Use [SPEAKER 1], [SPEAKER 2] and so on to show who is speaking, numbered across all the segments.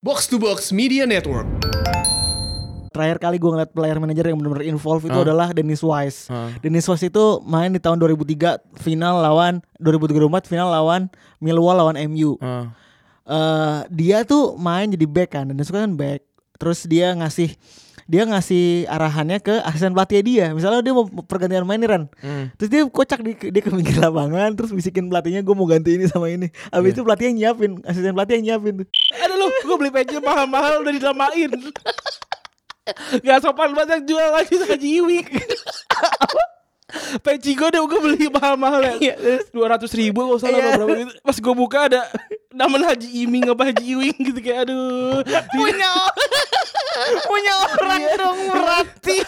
[SPEAKER 1] Box to Box Media Network.
[SPEAKER 2] Terakhir kali gue ngeliat player manager yang benar-benar involved itu adalah Dennis Wise.
[SPEAKER 1] Hah.
[SPEAKER 2] Dennis Wise itu main di tahun 2003 final lawan 2003 final lawan Millwall lawan MU.
[SPEAKER 1] Ah.
[SPEAKER 2] eh dia tuh main jadi back kan dan dia suka kan back terus dia ngasih dia ngasih arahannya ke asisten pelatih dia misalnya dia mau pergantian main nih Ran terus dia kocak di, dia ke pinggir lapangan terus bisikin pelatihnya gue mau ganti ini sama ini abis itu pelatih yang nyiapin asisten pelatih yang nyiapin tuh
[SPEAKER 3] Eh, Ada lu, gue beli peci mahal-mahal udah dinamain. Gak sopan banget yang jual lagi sama Jiwi. peci gue deh gue beli mahal-mahal ya. Dua ratus ribu gak usah lah
[SPEAKER 2] Iya.
[SPEAKER 3] berapa gitu. Pas gue buka ada nama Haji Iming apa Haji Iwing gitu kayak aduh.
[SPEAKER 2] punya punya orang dong berarti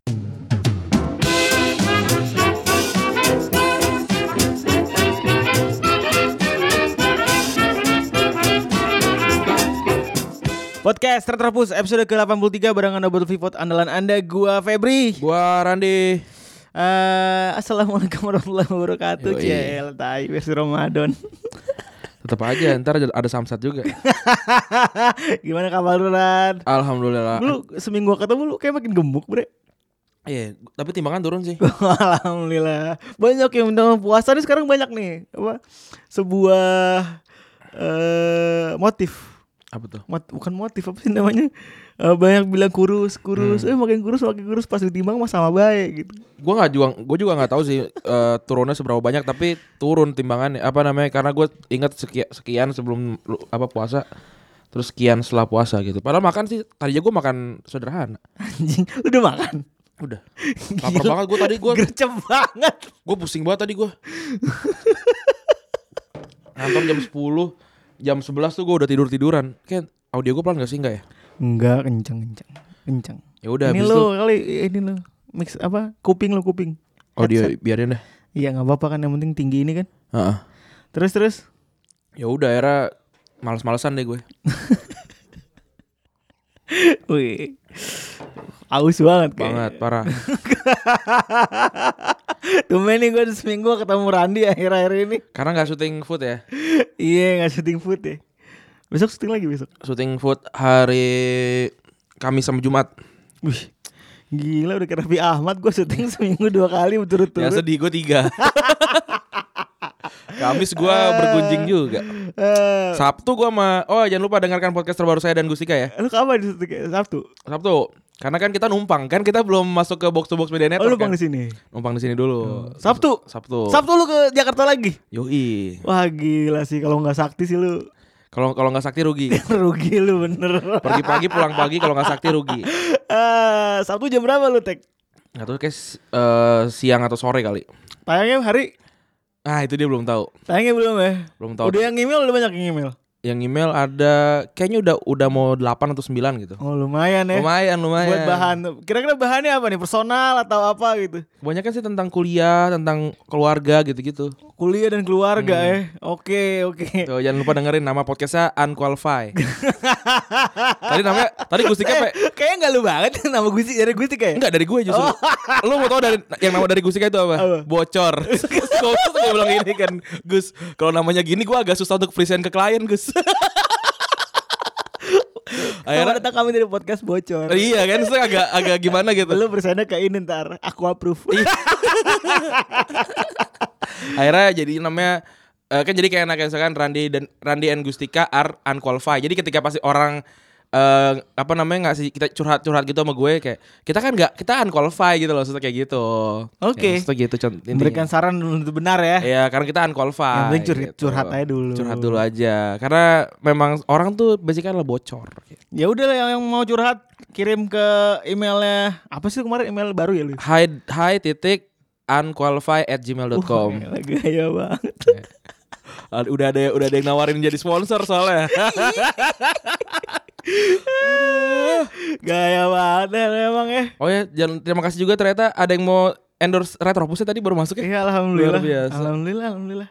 [SPEAKER 2] Podcast Terterpus episode ke-83 barengan Double Pivot andalan Anda gua Febri.
[SPEAKER 3] Gua Randi.
[SPEAKER 2] Eh, Assalamualaikum warahmatullahi wabarakatuh.
[SPEAKER 3] Yoi.
[SPEAKER 2] Cel, tai wes Ramadan.
[SPEAKER 3] Tetap aja ntar ada, ada samsat juga.
[SPEAKER 2] Gimana kabar lu, Ran?
[SPEAKER 3] Alhamdulillah.
[SPEAKER 2] Lu seminggu gak ketemu lu kayak makin gemuk, Bre.
[SPEAKER 3] Iya, tapi timbangan turun sih.
[SPEAKER 2] Alhamdulillah. Banyak yang minta puasa nih sekarang banyak nih. Apa? Sebuah eh motif.
[SPEAKER 3] Apa tuh?
[SPEAKER 2] Mot- bukan motif apa sih namanya? Eh, banyak bilang kurus, kurus. Eh makin kurus, makin kurus pas ditimbang mah sama baik gitu.
[SPEAKER 3] gue nggak juga gue juga nggak tahu sih eh, turunnya seberapa banyak tapi turun timbangannya apa namanya karena gue ingat sekian, sekian sebelum lu- apa puasa terus sekian setelah puasa gitu padahal makan sih tadi gue makan sederhana
[SPEAKER 2] Anjing, lu udah makan.
[SPEAKER 3] udah lapar banget gue tadi gue
[SPEAKER 2] Gercep banget.
[SPEAKER 3] gue pusing banget tadi gue ngantor jam 10 jam 11 tuh gue udah tidur tiduran kan audio gue pelan gak sih enggak ya
[SPEAKER 2] Enggak, kenceng, kenceng. Kenceng.
[SPEAKER 3] ya udah
[SPEAKER 2] ini
[SPEAKER 3] habis
[SPEAKER 2] lu
[SPEAKER 3] itu
[SPEAKER 2] kali ini lu mix apa? Kuping lu kuping.
[SPEAKER 3] audio
[SPEAKER 2] headset.
[SPEAKER 3] biarin deh
[SPEAKER 2] Iya, nggak apa-apa kan yang penting tinggi ini kan.
[SPEAKER 3] Heeh.
[SPEAKER 2] Terus terus
[SPEAKER 3] ya udah era males-malesan deh gue
[SPEAKER 2] Wih. Aus banget kayaknya.
[SPEAKER 3] banget parah
[SPEAKER 2] Tumben nih gue seminggu ketemu Randi akhir-akhir ini
[SPEAKER 3] karena nggak syuting food ya
[SPEAKER 2] Iya gak syuting food ya Besok syuting lagi besok
[SPEAKER 3] syuting food hari Kamis sama Jumat.
[SPEAKER 2] Wih Gila udah kayak Raffi Ahmad Gue syuting seminggu dua kali
[SPEAKER 3] Ya
[SPEAKER 2] berturut-turut
[SPEAKER 3] sedih gue tiga. Kamis gue bergunjing juga.
[SPEAKER 2] Eh,
[SPEAKER 3] Sabtu gue sama oh jangan lupa dengarkan podcast terbaru saya dan Gustika ya.
[SPEAKER 2] Lu kapan di syuting? Sabtu?
[SPEAKER 3] Sabtu karena kan kita numpang kan kita belum masuk ke box to box media
[SPEAKER 2] Oh
[SPEAKER 3] network.
[SPEAKER 2] lu bang
[SPEAKER 3] kan?
[SPEAKER 2] di Oh. sini.
[SPEAKER 3] Numpang di sini dulu.
[SPEAKER 2] Sabtu?
[SPEAKER 3] Sabtu.
[SPEAKER 2] Sabtu lu ke Jakarta lagi?
[SPEAKER 3] Yoi.
[SPEAKER 2] Wah gila sih Kalau nggak sakti sih lu
[SPEAKER 3] Kalau kalau nggak sakti rugi.
[SPEAKER 2] Rugi lu bener
[SPEAKER 3] Pergi pagi pulang pagi kalau nggak sakti rugi.
[SPEAKER 2] Eh, Sabtu jam berapa lu Tek?
[SPEAKER 3] Nggak tahu kayak si- eh, siang atau sore kali.
[SPEAKER 2] Tayangnya hari?
[SPEAKER 3] Ah itu dia belum tahu.
[SPEAKER 2] Tayangnya belum ya?
[SPEAKER 3] Belum tahu.
[SPEAKER 2] Udah yang email udah banyak yang email
[SPEAKER 3] Yang email ada kayaknya udah udah mau 8 atau 9 gitu.
[SPEAKER 2] Oh lumayan ya
[SPEAKER 3] Lumayan, lumayan.
[SPEAKER 2] buat bahan. Kira-kira bahannya apa nih? Personal atau apa gitu?
[SPEAKER 3] Kebanyakan kan sih tentang kuliah, tentang keluarga gitu-gitu.
[SPEAKER 2] Kuliah dan keluarga ya. Oke, oke.
[SPEAKER 3] Hmm. Tuh, jangan lupa dengerin nama podcastnya Unqualified. tadi namanya, tadi Gustika
[SPEAKER 2] Eh,
[SPEAKER 3] pe,
[SPEAKER 2] Kayaknya nggak lu banget nama Gusti dari Gusti kayak.
[SPEAKER 3] enggak dari gue justru. Lu mau tau dari yang nama dari Gustika itu
[SPEAKER 2] Oh.
[SPEAKER 3] apa?
[SPEAKER 2] Apa?
[SPEAKER 3] Bocor. Terus gue bilang gini kan, Gus, kalau namanya gini gue agak susah untuk present ke klien, Gus.
[SPEAKER 2] Akhirnya
[SPEAKER 3] Akhirnya
[SPEAKER 2] datang kami dari podcast bocor.
[SPEAKER 3] iya kan, saya agak agak gimana gitu.
[SPEAKER 2] Lu bersana ke ini ntar aku approve.
[SPEAKER 3] Iya, akhirnya jadi namanya eh, kan jadi kayak anak misalkan Randy dan Randy and Gustika are unqualified jadi ketika pasti orang eh, apa namanya nggak sih kita curhat curhat gitu sama gue kayak kita kan nggak kita unqualified gitu loh maksudnya kayak gitu
[SPEAKER 2] Oke.
[SPEAKER 3] Ya, maksudnya gitu cont- intinya.
[SPEAKER 2] Memberikan saran dulu itu benar ya.
[SPEAKER 3] Iya, karena kita unqualified. gitu.
[SPEAKER 2] Yang penting curhat- curhat aja dulu.
[SPEAKER 3] Curhat dulu aja. Karena memang orang tuh basically adalah bocor.
[SPEAKER 2] Ya udah lah yang, yang mau curhat kirim ke emailnya apa sih kemarin email baru ya lu?
[SPEAKER 3] Hi, hi titik unqualified at
[SPEAKER 2] Uh,
[SPEAKER 3] gmail.com.
[SPEAKER 2] Gila, Gaya banget.
[SPEAKER 3] Ah, Udah ada udah ada yang nawarin jadi sponsor soalnya.
[SPEAKER 2] Gaya banget ya, emang ya.
[SPEAKER 3] Oh ya, jangan terima kasih juga ternyata ada yang mau endorse Retropusnya tadi baru masuk ya.
[SPEAKER 2] Iya alhamdulillah.
[SPEAKER 3] Luar biasa.
[SPEAKER 2] Alhamdulillah, alhamdulillah.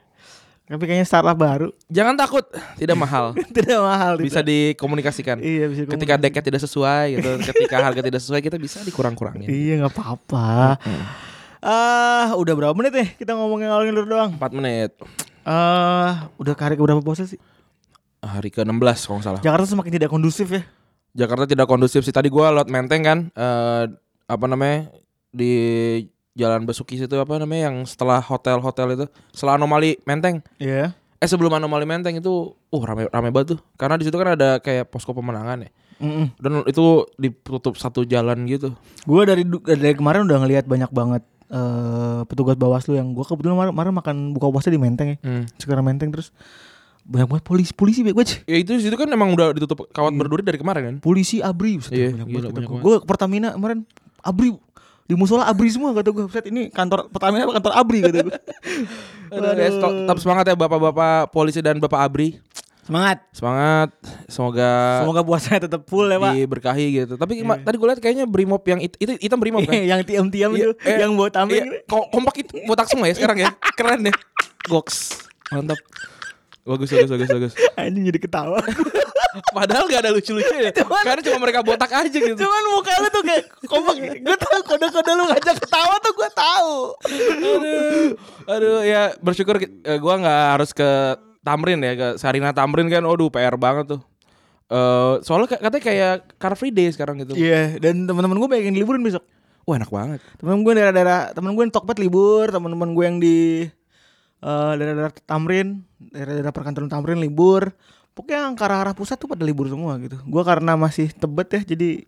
[SPEAKER 2] Tapi kayaknya startup baru.
[SPEAKER 3] Jangan takut, tidak mahal.
[SPEAKER 2] Tidak mahal
[SPEAKER 3] Bisa dikomunikasikan.
[SPEAKER 2] Iya bisa
[SPEAKER 3] Ketika
[SPEAKER 2] komunikasi.
[SPEAKER 3] deket tidak sesuai gitu, ketika harga tidak sesuai kita bisa dikurang-kurangin.
[SPEAKER 2] Iya nggak apa-apa. Ah, udah berapa menit nih kita ngomongin ngalor ngidur doang?
[SPEAKER 3] 4 menit.
[SPEAKER 2] Eh, udah karir ke berapa bosnya sih?
[SPEAKER 3] Hari ke-16 kalau nggak salah.
[SPEAKER 2] Jakarta semakin tidak kondusif ya.
[SPEAKER 3] Jakarta tidak kondusif sih. Tadi gua lewat Menteng kan eh apa namanya di Jalan Besuki situ apa namanya yang setelah hotel-hotel itu, setelah anomali Menteng.
[SPEAKER 2] Iya.
[SPEAKER 3] Eh sebelum anomali Menteng itu uh rame rame banget tuh. Karena di situ kan ada kayak posko pemenangan ya.
[SPEAKER 2] Mm-mm.
[SPEAKER 3] Dan itu ditutup satu jalan gitu.
[SPEAKER 2] Gue dari du- dari kemarin udah ngelihat banyak banget eh petugas Bawaslu yang gue kebetulan kemarin, kemarin makan buka puasa di Menteng ya.
[SPEAKER 3] Hmm.
[SPEAKER 2] Sekarang Menteng terus banyak banget polisi polisi Bek, gue
[SPEAKER 3] Ya itu di situ kan emang udah ditutup kawat berduri dari kemarin kan.
[SPEAKER 2] polisi abri buset,
[SPEAKER 3] Iya,
[SPEAKER 2] banyak
[SPEAKER 3] gila,
[SPEAKER 2] banget kata
[SPEAKER 3] banyak
[SPEAKER 2] gue. Gue ke Pertamina kemarin abri di musola abri semua kata gue set ini kantor Pertamina apa kantor abri kata gue
[SPEAKER 3] Aduh, guys, tetap tetap semangat ya bapak-bapak polisi dan bapak Abri.
[SPEAKER 2] semangat
[SPEAKER 3] Semangat, semoga,
[SPEAKER 2] semoga puasanya tetap full ya pak
[SPEAKER 3] diberkahi gitu. Tapi ma- tadi gue lihat kayaknya brimob yang it- itu hitam brimob kan.
[SPEAKER 2] yang tiam-tiam
[SPEAKER 3] Iya,
[SPEAKER 2] itu
[SPEAKER 3] eh,
[SPEAKER 2] yang buat
[SPEAKER 3] Iya,
[SPEAKER 2] tampil
[SPEAKER 3] ko- kompak itu botak semua ya sekarang ya. Keren ya. Goks. Mantap. Bagus bagus bagus bagus.
[SPEAKER 2] anjing jadi ketawa
[SPEAKER 3] Padahal gak ada lucu-lucu ya. Karena cuma mereka botak aja gitu.
[SPEAKER 2] Cuman muka lu tuh kayak kompak. Gue tau kode-kode lu ngajak ketawa tuh gue tahu.
[SPEAKER 3] Aduh. Aduh ya bersyukur ki- eh, gua nggak harus ke Tamrin ya ke Sarina Tamrin kan. Aduh PR banget tuh. Eh soalnya ka- katanya kayak Car Free Day sekarang gitu.
[SPEAKER 2] Iya, dan teman-teman gue pengen liburan besok.
[SPEAKER 3] Wah enak banget.
[SPEAKER 2] Temen gue daerah-daerah, temen gue yang Tokped libur, temen-temen gue yang di eh, daerah-daerah Tamrin, daerah-daerah perkantoran Tamrin libur. Pokoknya yang ke arah-arah pusat tuh pada libur semua gitu. Gue karena masih tebet ya, jadi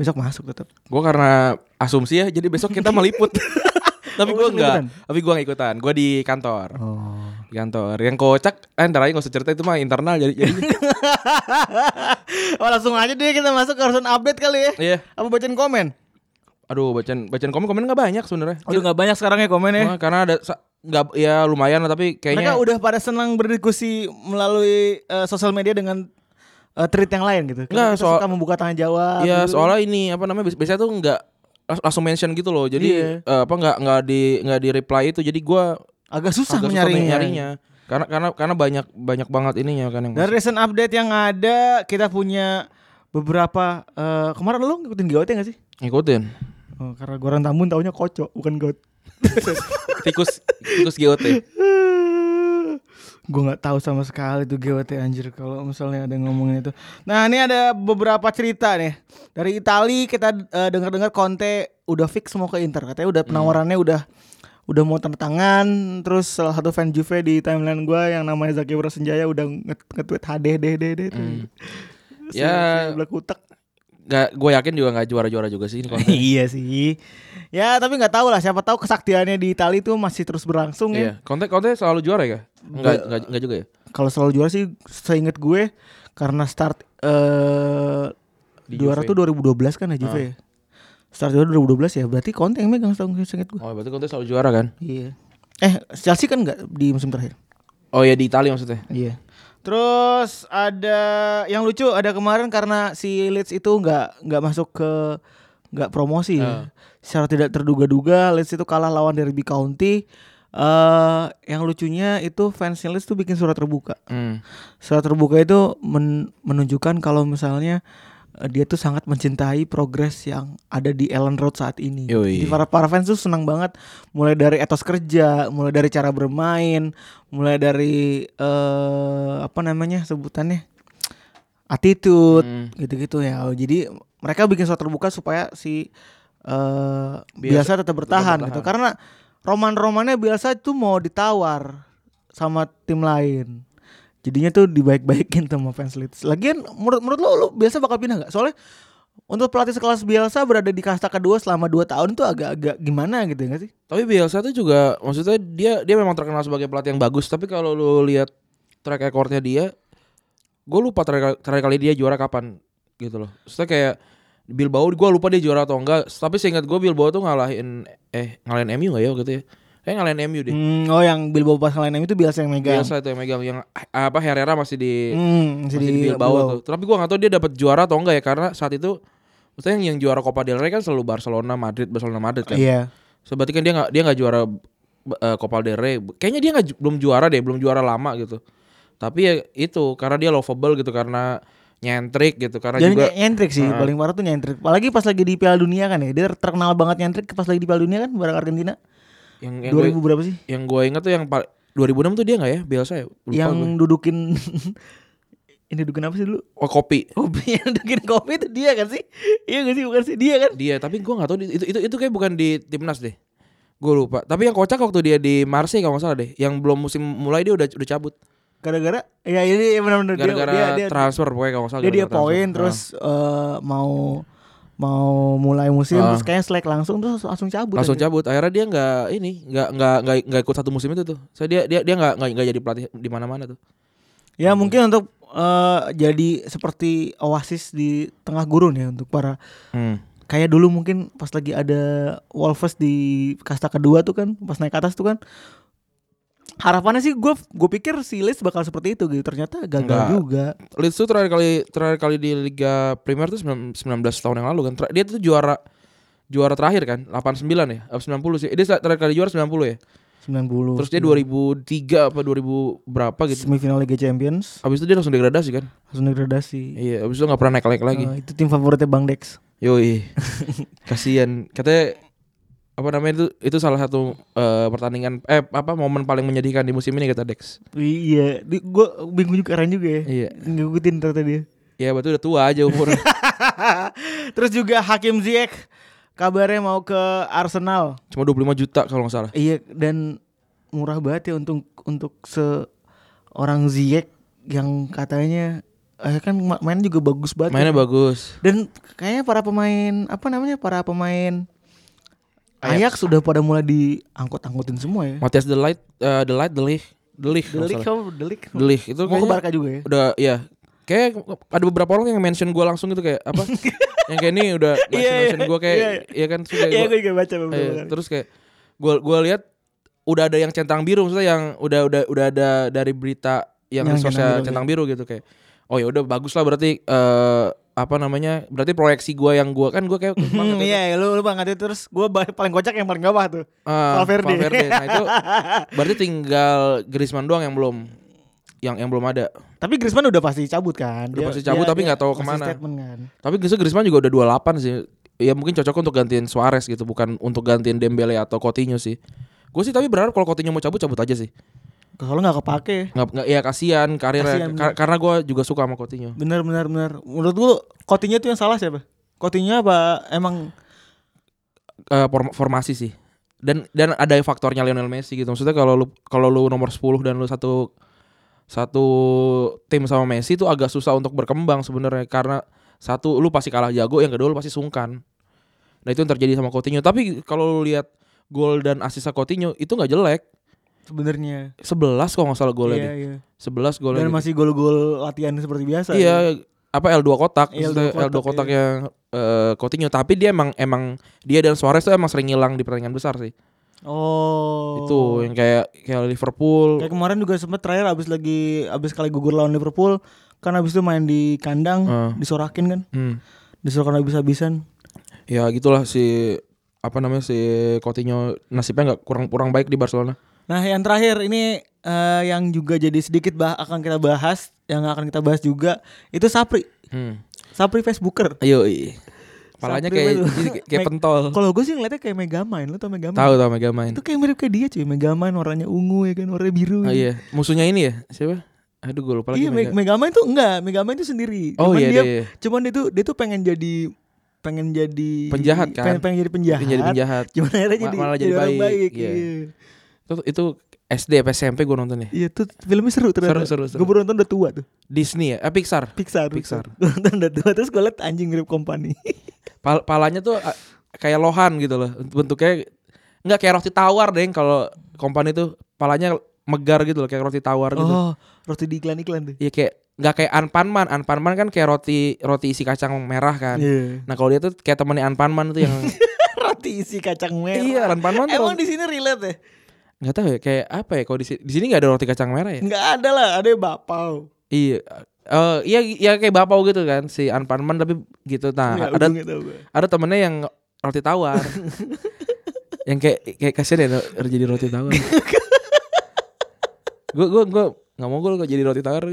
[SPEAKER 2] besok masuk tetap.
[SPEAKER 3] Gue karena asumsi ya, jadi besok kita meliput.
[SPEAKER 2] Oh,
[SPEAKER 3] tapi gue
[SPEAKER 2] besok
[SPEAKER 3] enggak,
[SPEAKER 2] liputan?
[SPEAKER 3] tapi gue nggak ikutan. Gue di kantor,
[SPEAKER 2] Oh.
[SPEAKER 3] di kantor. Yang kocak, eh, ntar aja gak usah cerita itu mah internal. Jadi, jadi
[SPEAKER 2] Oh, langsung aja deh kita masuk ke urusan update kali ya.
[SPEAKER 3] iya.
[SPEAKER 2] Apa bacain komen?
[SPEAKER 3] Aduh, bacaan bacaan komen komen nggak banyak sebenarnya.
[SPEAKER 2] Udah nggak banyak sekarang ya komen ya.
[SPEAKER 3] Nah, karena ada sa- nggak ya lumayan lah, tapi
[SPEAKER 2] Mereka
[SPEAKER 3] kayaknya
[SPEAKER 2] udah pada senang berdiskusi melalui eh, sosial media dengan eh, tweet yang lain gitu. Karena
[SPEAKER 3] Nggak,
[SPEAKER 2] kita
[SPEAKER 3] soal-
[SPEAKER 2] suka membuka tangan jawab.
[SPEAKER 3] ya
[SPEAKER 2] gitu.
[SPEAKER 3] soalnya ini apa namanya bias- biasanya tuh nggak lang- langsung mention gitu loh. Jadi
[SPEAKER 2] Iya.
[SPEAKER 3] eh, apa nggak nggak di nggak di reply itu. Jadi gue
[SPEAKER 2] agak susah ya. menyaringnya.
[SPEAKER 3] Karena karena karena banyak banyak banget ininya kan yang
[SPEAKER 2] Dari recent update yang ada kita punya beberapa eh, kemarin lu ngikutin gautnya gak sih?
[SPEAKER 3] ngikutin.
[SPEAKER 2] Oh, karena Goran Tambun taunya kocok bukan gaut.
[SPEAKER 3] Tikus tikus GOT.
[SPEAKER 2] gue nggak tahu sama sekali tuh GWT anjir kalau misalnya ada yang ngomongin itu. Nah ini ada beberapa cerita nih dari Itali kita eh, dengar-dengar Conte udah fix mau ke Inter katanya udah penawarannya udah udah mau tanda tangan terus salah satu fan Juve di timeline gue yang namanya Zaki Wira Senjaya udah nge- nge-tweet hadeh deh deh deh tuh. Si-
[SPEAKER 3] Ya.
[SPEAKER 2] si Black Utek.
[SPEAKER 3] Gak, gue yakin juga nggak juara-juara juga sih ini konten.
[SPEAKER 2] iya sih ya tapi nggak tahu lah siapa tahu kesaktiannya di Itali tuh masih terus berlangsung ya
[SPEAKER 3] Iya, konten konten selalu juara ya? Enggak, enggak, enggak juga ya?
[SPEAKER 2] kalau selalu juara sih seingat gue karena start eh
[SPEAKER 3] Di
[SPEAKER 2] juara
[SPEAKER 3] Juve.
[SPEAKER 2] tuh 2012 kan ya Juve ya. Start juara 2012 ya berarti konten yang megang setahun seingat gue.
[SPEAKER 3] Oh, berarti konten selalu juara kan?
[SPEAKER 2] Iya. Eh Chelsea kan nggak di musim terakhir.
[SPEAKER 3] Oh ya di Italia maksudnya.
[SPEAKER 2] Iya. Terus ada yang lucu ada kemarin karena si Leeds itu nggak nggak masuk ke nggak promosi ya. Secara tidak terduga-duga Leeds itu kalah lawan Derby County. eh yang lucunya itu fans Leeds tuh bikin surat terbuka.
[SPEAKER 3] Hmm.
[SPEAKER 2] Surat terbuka itu men- menunjukkan kalau misalnya eh, dia tuh sangat mencintai progres yang ada di Ellen Road saat ini.
[SPEAKER 3] Yoi.
[SPEAKER 2] Jadi para para fans tuh senang banget, mulai dari etos kerja, mulai dari cara bermain, mulai dari eh apa namanya sebutannya attitude
[SPEAKER 3] Hmm.
[SPEAKER 2] gitu-gitu ya. Oh, Jadi mereka bikin surat terbuka supaya si eh biasa, tetap bertahan, gitu. Karena roman-romannya biasa itu mau ditawar sama tim lain. Jadinya tuh dibaik-baikin sama fans Leeds. Lagian menurut menurut lo, lo biasa bakal pindah nggak? Soalnya untuk pelatih sekelas Bielsa berada di kasta kedua selama 2 tahun tuh agak-agak gimana gitu ya nggak sih?
[SPEAKER 3] Tapi Bielsa tuh juga maksudnya dia dia memang terkenal sebagai pelatih yang bagus, tapi kalau lu lihat track recordnya dia, gue lupa terakhir, terakhir kali dia juara kapan gitu loh. Maksudnya kayak Bilbao, gue lupa dia juara atau enggak. Tapi seingat gue Bilbao tuh ngalahin eh ngalahin MU nggak ya gitu ya? Kayak ngalahin MU deh.
[SPEAKER 2] Hmm, oh yang Bilbao pas ngalahin MU itu Bielsa yang megang.
[SPEAKER 3] Bielsa itu yang megang yang apa Herrera masih di
[SPEAKER 2] Hmm, masih
[SPEAKER 3] masih di Bilbao tuh. Tapi gua nggak tahu dia dapat juara atau enggak ya karena saat itu maksudnya yang- yang juara Copa del Rey kan selalu Barcelona, Madrid, Barcelona, Madrid kan.
[SPEAKER 2] Iya.
[SPEAKER 3] So, berarti kan dia nggak dia nggak juara eh, Copa del Rey. Kayaknya dia nggak ju- belum juara deh, belum juara lama gitu. Tapi ya itu karena dia lovable gitu karena nyentrik gitu karena
[SPEAKER 2] Jadi
[SPEAKER 3] juga
[SPEAKER 2] ny- nyentrik sih, paling parah tuh nyentrik. Apalagi pas lagi di Piala Dunia kan ya, dia terkenal banget nyentrik pas lagi di Piala Dunia kan bareng Argentina.
[SPEAKER 3] yang yang
[SPEAKER 2] 2000
[SPEAKER 3] gua,
[SPEAKER 2] berapa sih? Iya.
[SPEAKER 3] yang gua ingat tuh yang pa- 2006 tuh dia nggak ya Bielsa ya? Lupa
[SPEAKER 2] yang
[SPEAKER 3] gua.
[SPEAKER 2] dudukin Ini dugen apa sih dulu?
[SPEAKER 3] Oh, kopi.
[SPEAKER 2] Kopi yang dugen kopi itu dia kan sih? Iya gak sih bukan sih dia kan?
[SPEAKER 3] Dia, tapi gua nggak tahu di- itu itu itu kayak bukan di timnas deh. Gue lupa. Tapi yang kocak waktu dia di Marseille kalau nggak salah deh. Yang belum musim mulai dia udah udah cabut.
[SPEAKER 2] Gara-gara ya ini ya benar-benar dia
[SPEAKER 3] Gara-gara
[SPEAKER 2] dia dia, dia,
[SPEAKER 3] transfer pokoknya kalau nggak salah.
[SPEAKER 2] dia,
[SPEAKER 3] gara-gara transfer.
[SPEAKER 2] poin
[SPEAKER 3] Ah.
[SPEAKER 2] terus eh, mau mau mulai musim
[SPEAKER 3] Ah.
[SPEAKER 2] terus kayaknya slack langsung terus langsung cabut.
[SPEAKER 3] langsung
[SPEAKER 2] aja.
[SPEAKER 3] cabut. Akhirnya dia nggak ini nggak nggak nggak nggak ikut satu musim itu tuh. Saya dia dia dia nggak nggak nggak jadi pelatih di mana-mana tuh.
[SPEAKER 2] Ya mungkin untuk eh, jadi seperti oasis di tengah gurun ya untuk para kayak dulu mungkin pas lagi ada Wolves di kasta kedua tuh kan pas naik ke atas tuh kan harapannya sih gue gue pikir si Leeds bakal seperti itu gitu ternyata gagal
[SPEAKER 3] Enggak.
[SPEAKER 2] juga
[SPEAKER 3] Leeds tuh terakhir kali terakhir kali di Liga Premier tuh 19 tahun yang lalu kan. Ter- Dia tuh juara juara terakhir kan 89 ya apa 90 sih Eh, dia terakhir kali juara 90 ya
[SPEAKER 2] 90
[SPEAKER 3] terus dia 2003 apa 2000 berapa gitu
[SPEAKER 2] semifinal Liga Champions
[SPEAKER 3] Abis itu dia langsung degradasi kan
[SPEAKER 2] langsung degradasi
[SPEAKER 3] Iya abis itu gak pernah naik-naik lagi
[SPEAKER 2] Eh, itu tim favoritnya Bang Dex
[SPEAKER 3] Yoi Kasian Katanya Apa namanya itu Itu salah satu eh, pertandingan Eh apa momen paling menyedihkan di musim ini kata Dex
[SPEAKER 2] I- iya gue bingung juga keren juga ya
[SPEAKER 3] Iya
[SPEAKER 2] ngikutin ternyata dia
[SPEAKER 3] Ya betul udah tua aja umur
[SPEAKER 2] terus juga Hakim Ziyech kabarnya mau ke Arsenal
[SPEAKER 3] Cuma 25 juta kalau gak salah
[SPEAKER 2] Iya dan murah banget ya untuk untuk seorang Ziyech yang katanya eh kan ma- main juga bagus banget. ya.
[SPEAKER 3] Mainnya bagus
[SPEAKER 2] Dan kayaknya para pemain apa namanya para pemain Ayak
[SPEAKER 3] Ajax.
[SPEAKER 2] sudah pada mulai diangkut-angkutin semua ya.
[SPEAKER 3] Matias The Light eh, The Light The Ligt The
[SPEAKER 2] Delik
[SPEAKER 3] Ligt kalau nggak salah.
[SPEAKER 2] kamu Delik.
[SPEAKER 3] The Ligt itu
[SPEAKER 2] Mau ke
[SPEAKER 3] kayaknya
[SPEAKER 2] Barca juga ya.
[SPEAKER 3] Udah ya Kayak ada beberapa orang yang mention gue langsung gitu kayak apa Yang kayak ini udah
[SPEAKER 2] Iya, iya,
[SPEAKER 3] mention-mention gue kayak
[SPEAKER 2] iya.
[SPEAKER 3] Iya kan terus kayak
[SPEAKER 2] Iya
[SPEAKER 3] gua-
[SPEAKER 2] gue juga baca
[SPEAKER 3] Eh,
[SPEAKER 2] beberapa kali.
[SPEAKER 3] terus kayak gua gua lihat udah ada yang centang biru maksudnya yang udah udah udah ada dari berita yang,
[SPEAKER 2] Yang
[SPEAKER 3] resource-nya centang
[SPEAKER 2] centang
[SPEAKER 3] biru gitu kayak oh ya udah bagus lah berarti eh, apa namanya berarti proyeksi gua yang gua kan gua kayak
[SPEAKER 2] Hmm,
[SPEAKER 3] banget itu.
[SPEAKER 2] iya, lu lu banget itu terus gue paling kocak yang paling bawah tuh.
[SPEAKER 3] Ah,
[SPEAKER 2] Valverde.
[SPEAKER 3] Nah itu berarti tinggal Griezmann doang yang belum yang yang belum ada.
[SPEAKER 2] Tapi Griezmann udah pasti cabut kan?
[SPEAKER 3] Udah pasti cabut, tapi nggak tahu
[SPEAKER 2] kasih
[SPEAKER 3] kemana.
[SPEAKER 2] Statement kan.
[SPEAKER 3] Tapi justru Griezmann juga udah 28 sih. Ya mungkin cocok untuk gantiin Suarez gitu, bukan untuk gantiin Dembele atau Coutinho sih. Gue sih tapi berharap kalau Coutinho mau cabut cabut aja sih.
[SPEAKER 2] Kalau nggak kepake.
[SPEAKER 3] nggak nggak ya kasihan
[SPEAKER 2] Kasihan, ya.
[SPEAKER 3] karirnya Ka- karena gue juga suka sama Coutinho
[SPEAKER 2] Benar benar benar. Menurut lu Coutinho tuh yang salah siapa? Coutinho apa emang
[SPEAKER 3] Eh, form- formasi sih dan dan ada faktornya Lionel Messi gitu maksudnya kalau lu kalau lu nomor 10 dan lu satu satu tim sama Messi itu agak susah untuk berkembang sebenarnya karena satu lu pasti kalah jago yang kedua lu pasti sungkan nah itu yang terjadi sama Coutinho tapi kalau lu lihat gol dan asisnya Coutinho itu nggak jelek
[SPEAKER 2] sebenarnya?
[SPEAKER 3] 11 kalau nggak salah golnya
[SPEAKER 2] Iya,
[SPEAKER 3] deh.
[SPEAKER 2] iya.
[SPEAKER 3] 11 golnya
[SPEAKER 2] Dan
[SPEAKER 3] deh.
[SPEAKER 2] masih gol-gol latihan seperti biasa. ya?
[SPEAKER 3] Iya, apa L2 kotak,
[SPEAKER 2] Iya,
[SPEAKER 3] maksudnya
[SPEAKER 2] L2
[SPEAKER 3] L2
[SPEAKER 2] kotak,
[SPEAKER 3] kotak
[SPEAKER 2] iya.
[SPEAKER 3] yang eh, Coutinho, tapi dia emang emang dia dan Suarez tuh emang sering hilang di pertandingan besar sih.
[SPEAKER 2] Oh.
[SPEAKER 3] Itu yang kayak kayak Liverpool.
[SPEAKER 2] Kayak kemarin juga sempet terakhir abis lagi abis kali gugur lawan Liverpool kan abis itu main di kandang
[SPEAKER 3] Eh.
[SPEAKER 2] disorakin kan
[SPEAKER 3] Hmm.
[SPEAKER 2] disorakin habis-habisan
[SPEAKER 3] Ya gitulah si apa namanya si Coutinho nasibnya nggak kurang kurang baik di Barcelona.
[SPEAKER 2] nah yang terakhir ini eh, yang juga jadi sedikit bah akan kita bahas yang akan kita bahas juga itu Sapri
[SPEAKER 3] Hmm.
[SPEAKER 2] Sapri Facebooker
[SPEAKER 3] Ayo. i. Kepalanya
[SPEAKER 2] Sapri
[SPEAKER 3] Iya, kayak
[SPEAKER 2] banget.
[SPEAKER 3] kayak- kayak
[SPEAKER 2] Meg-
[SPEAKER 3] pentol.
[SPEAKER 2] kalau gue sih ngeliatnya kayak Megamind lu tau Megamind
[SPEAKER 3] Tahu tahu Mega main.
[SPEAKER 2] Itu kayak mirip kayak dia cuy Megamind warnanya ungu ya kan Warnanya biru
[SPEAKER 3] Oh
[SPEAKER 2] gitu.
[SPEAKER 3] iya, musuhnya ini ya. Siapa? Aduh gue lupa lagi.
[SPEAKER 2] Iya Meg-
[SPEAKER 3] Mega.
[SPEAKER 2] Megamind tuh enggak Megamind tuh sendiri
[SPEAKER 3] Oh
[SPEAKER 2] Cuman
[SPEAKER 3] iya,
[SPEAKER 2] dia
[SPEAKER 3] dia, iya.
[SPEAKER 2] Cuman dia tuh Dia tuh pengen jadi Pengen jadi
[SPEAKER 3] Penjahat, kan?
[SPEAKER 2] pengen, pengen jadi penjahat
[SPEAKER 3] Jadi penjahat.
[SPEAKER 2] Cuman akhirnya
[SPEAKER 3] Ma-
[SPEAKER 2] jadi,
[SPEAKER 3] malah
[SPEAKER 2] jadi,
[SPEAKER 3] jadi
[SPEAKER 2] orang
[SPEAKER 3] baik,
[SPEAKER 2] baik,
[SPEAKER 3] iya.
[SPEAKER 2] Iya
[SPEAKER 3] Itu, itu SD apa SMP gue nonton ya.
[SPEAKER 2] Iya tuh filmnya seru ternyata
[SPEAKER 3] Seru, seru, seru.
[SPEAKER 2] Gue baru nonton udah tua tuh
[SPEAKER 3] Disney ya, eh, Pixar.
[SPEAKER 2] Pixar
[SPEAKER 3] Pixar.
[SPEAKER 2] Gue nonton udah tua Terus gue liat anjing mirip company
[SPEAKER 3] Pal- palanya tuh ah, kayak lohan gitu loh bentuknya nggak kayak roti tawar deh kalau company tuh palanya megar gitu loh kayak roti tawar gitu
[SPEAKER 2] Oh Roti di iklan-iklan tuh
[SPEAKER 3] Iya kayak nggak kayak anpanman anpanman kan kayak roti roti isi kacang merah kan
[SPEAKER 2] Iya
[SPEAKER 3] nah kalau dia tuh kayak temennya anpanman tuh yang
[SPEAKER 2] Roti isi kacang merah
[SPEAKER 3] iya anpanman tuh
[SPEAKER 2] Emang
[SPEAKER 3] roti-
[SPEAKER 2] di sini relate ya?
[SPEAKER 3] nggak tahu ya kayak apa ya kalau di sini di sini nggak ada roti kacang merah ya
[SPEAKER 2] Enggak ada lah, ada bapau.
[SPEAKER 3] iya Eh, iya iya kayak bapau gitu kan si anpanman tapi gitu nah
[SPEAKER 2] Nggak,
[SPEAKER 3] ada
[SPEAKER 2] ujungnya tau gue.
[SPEAKER 3] ada temennya yang roti tawar yang kayak kayak kasian ya jadi roti tawar gue gue gue nggak mau gue jadi roti tawar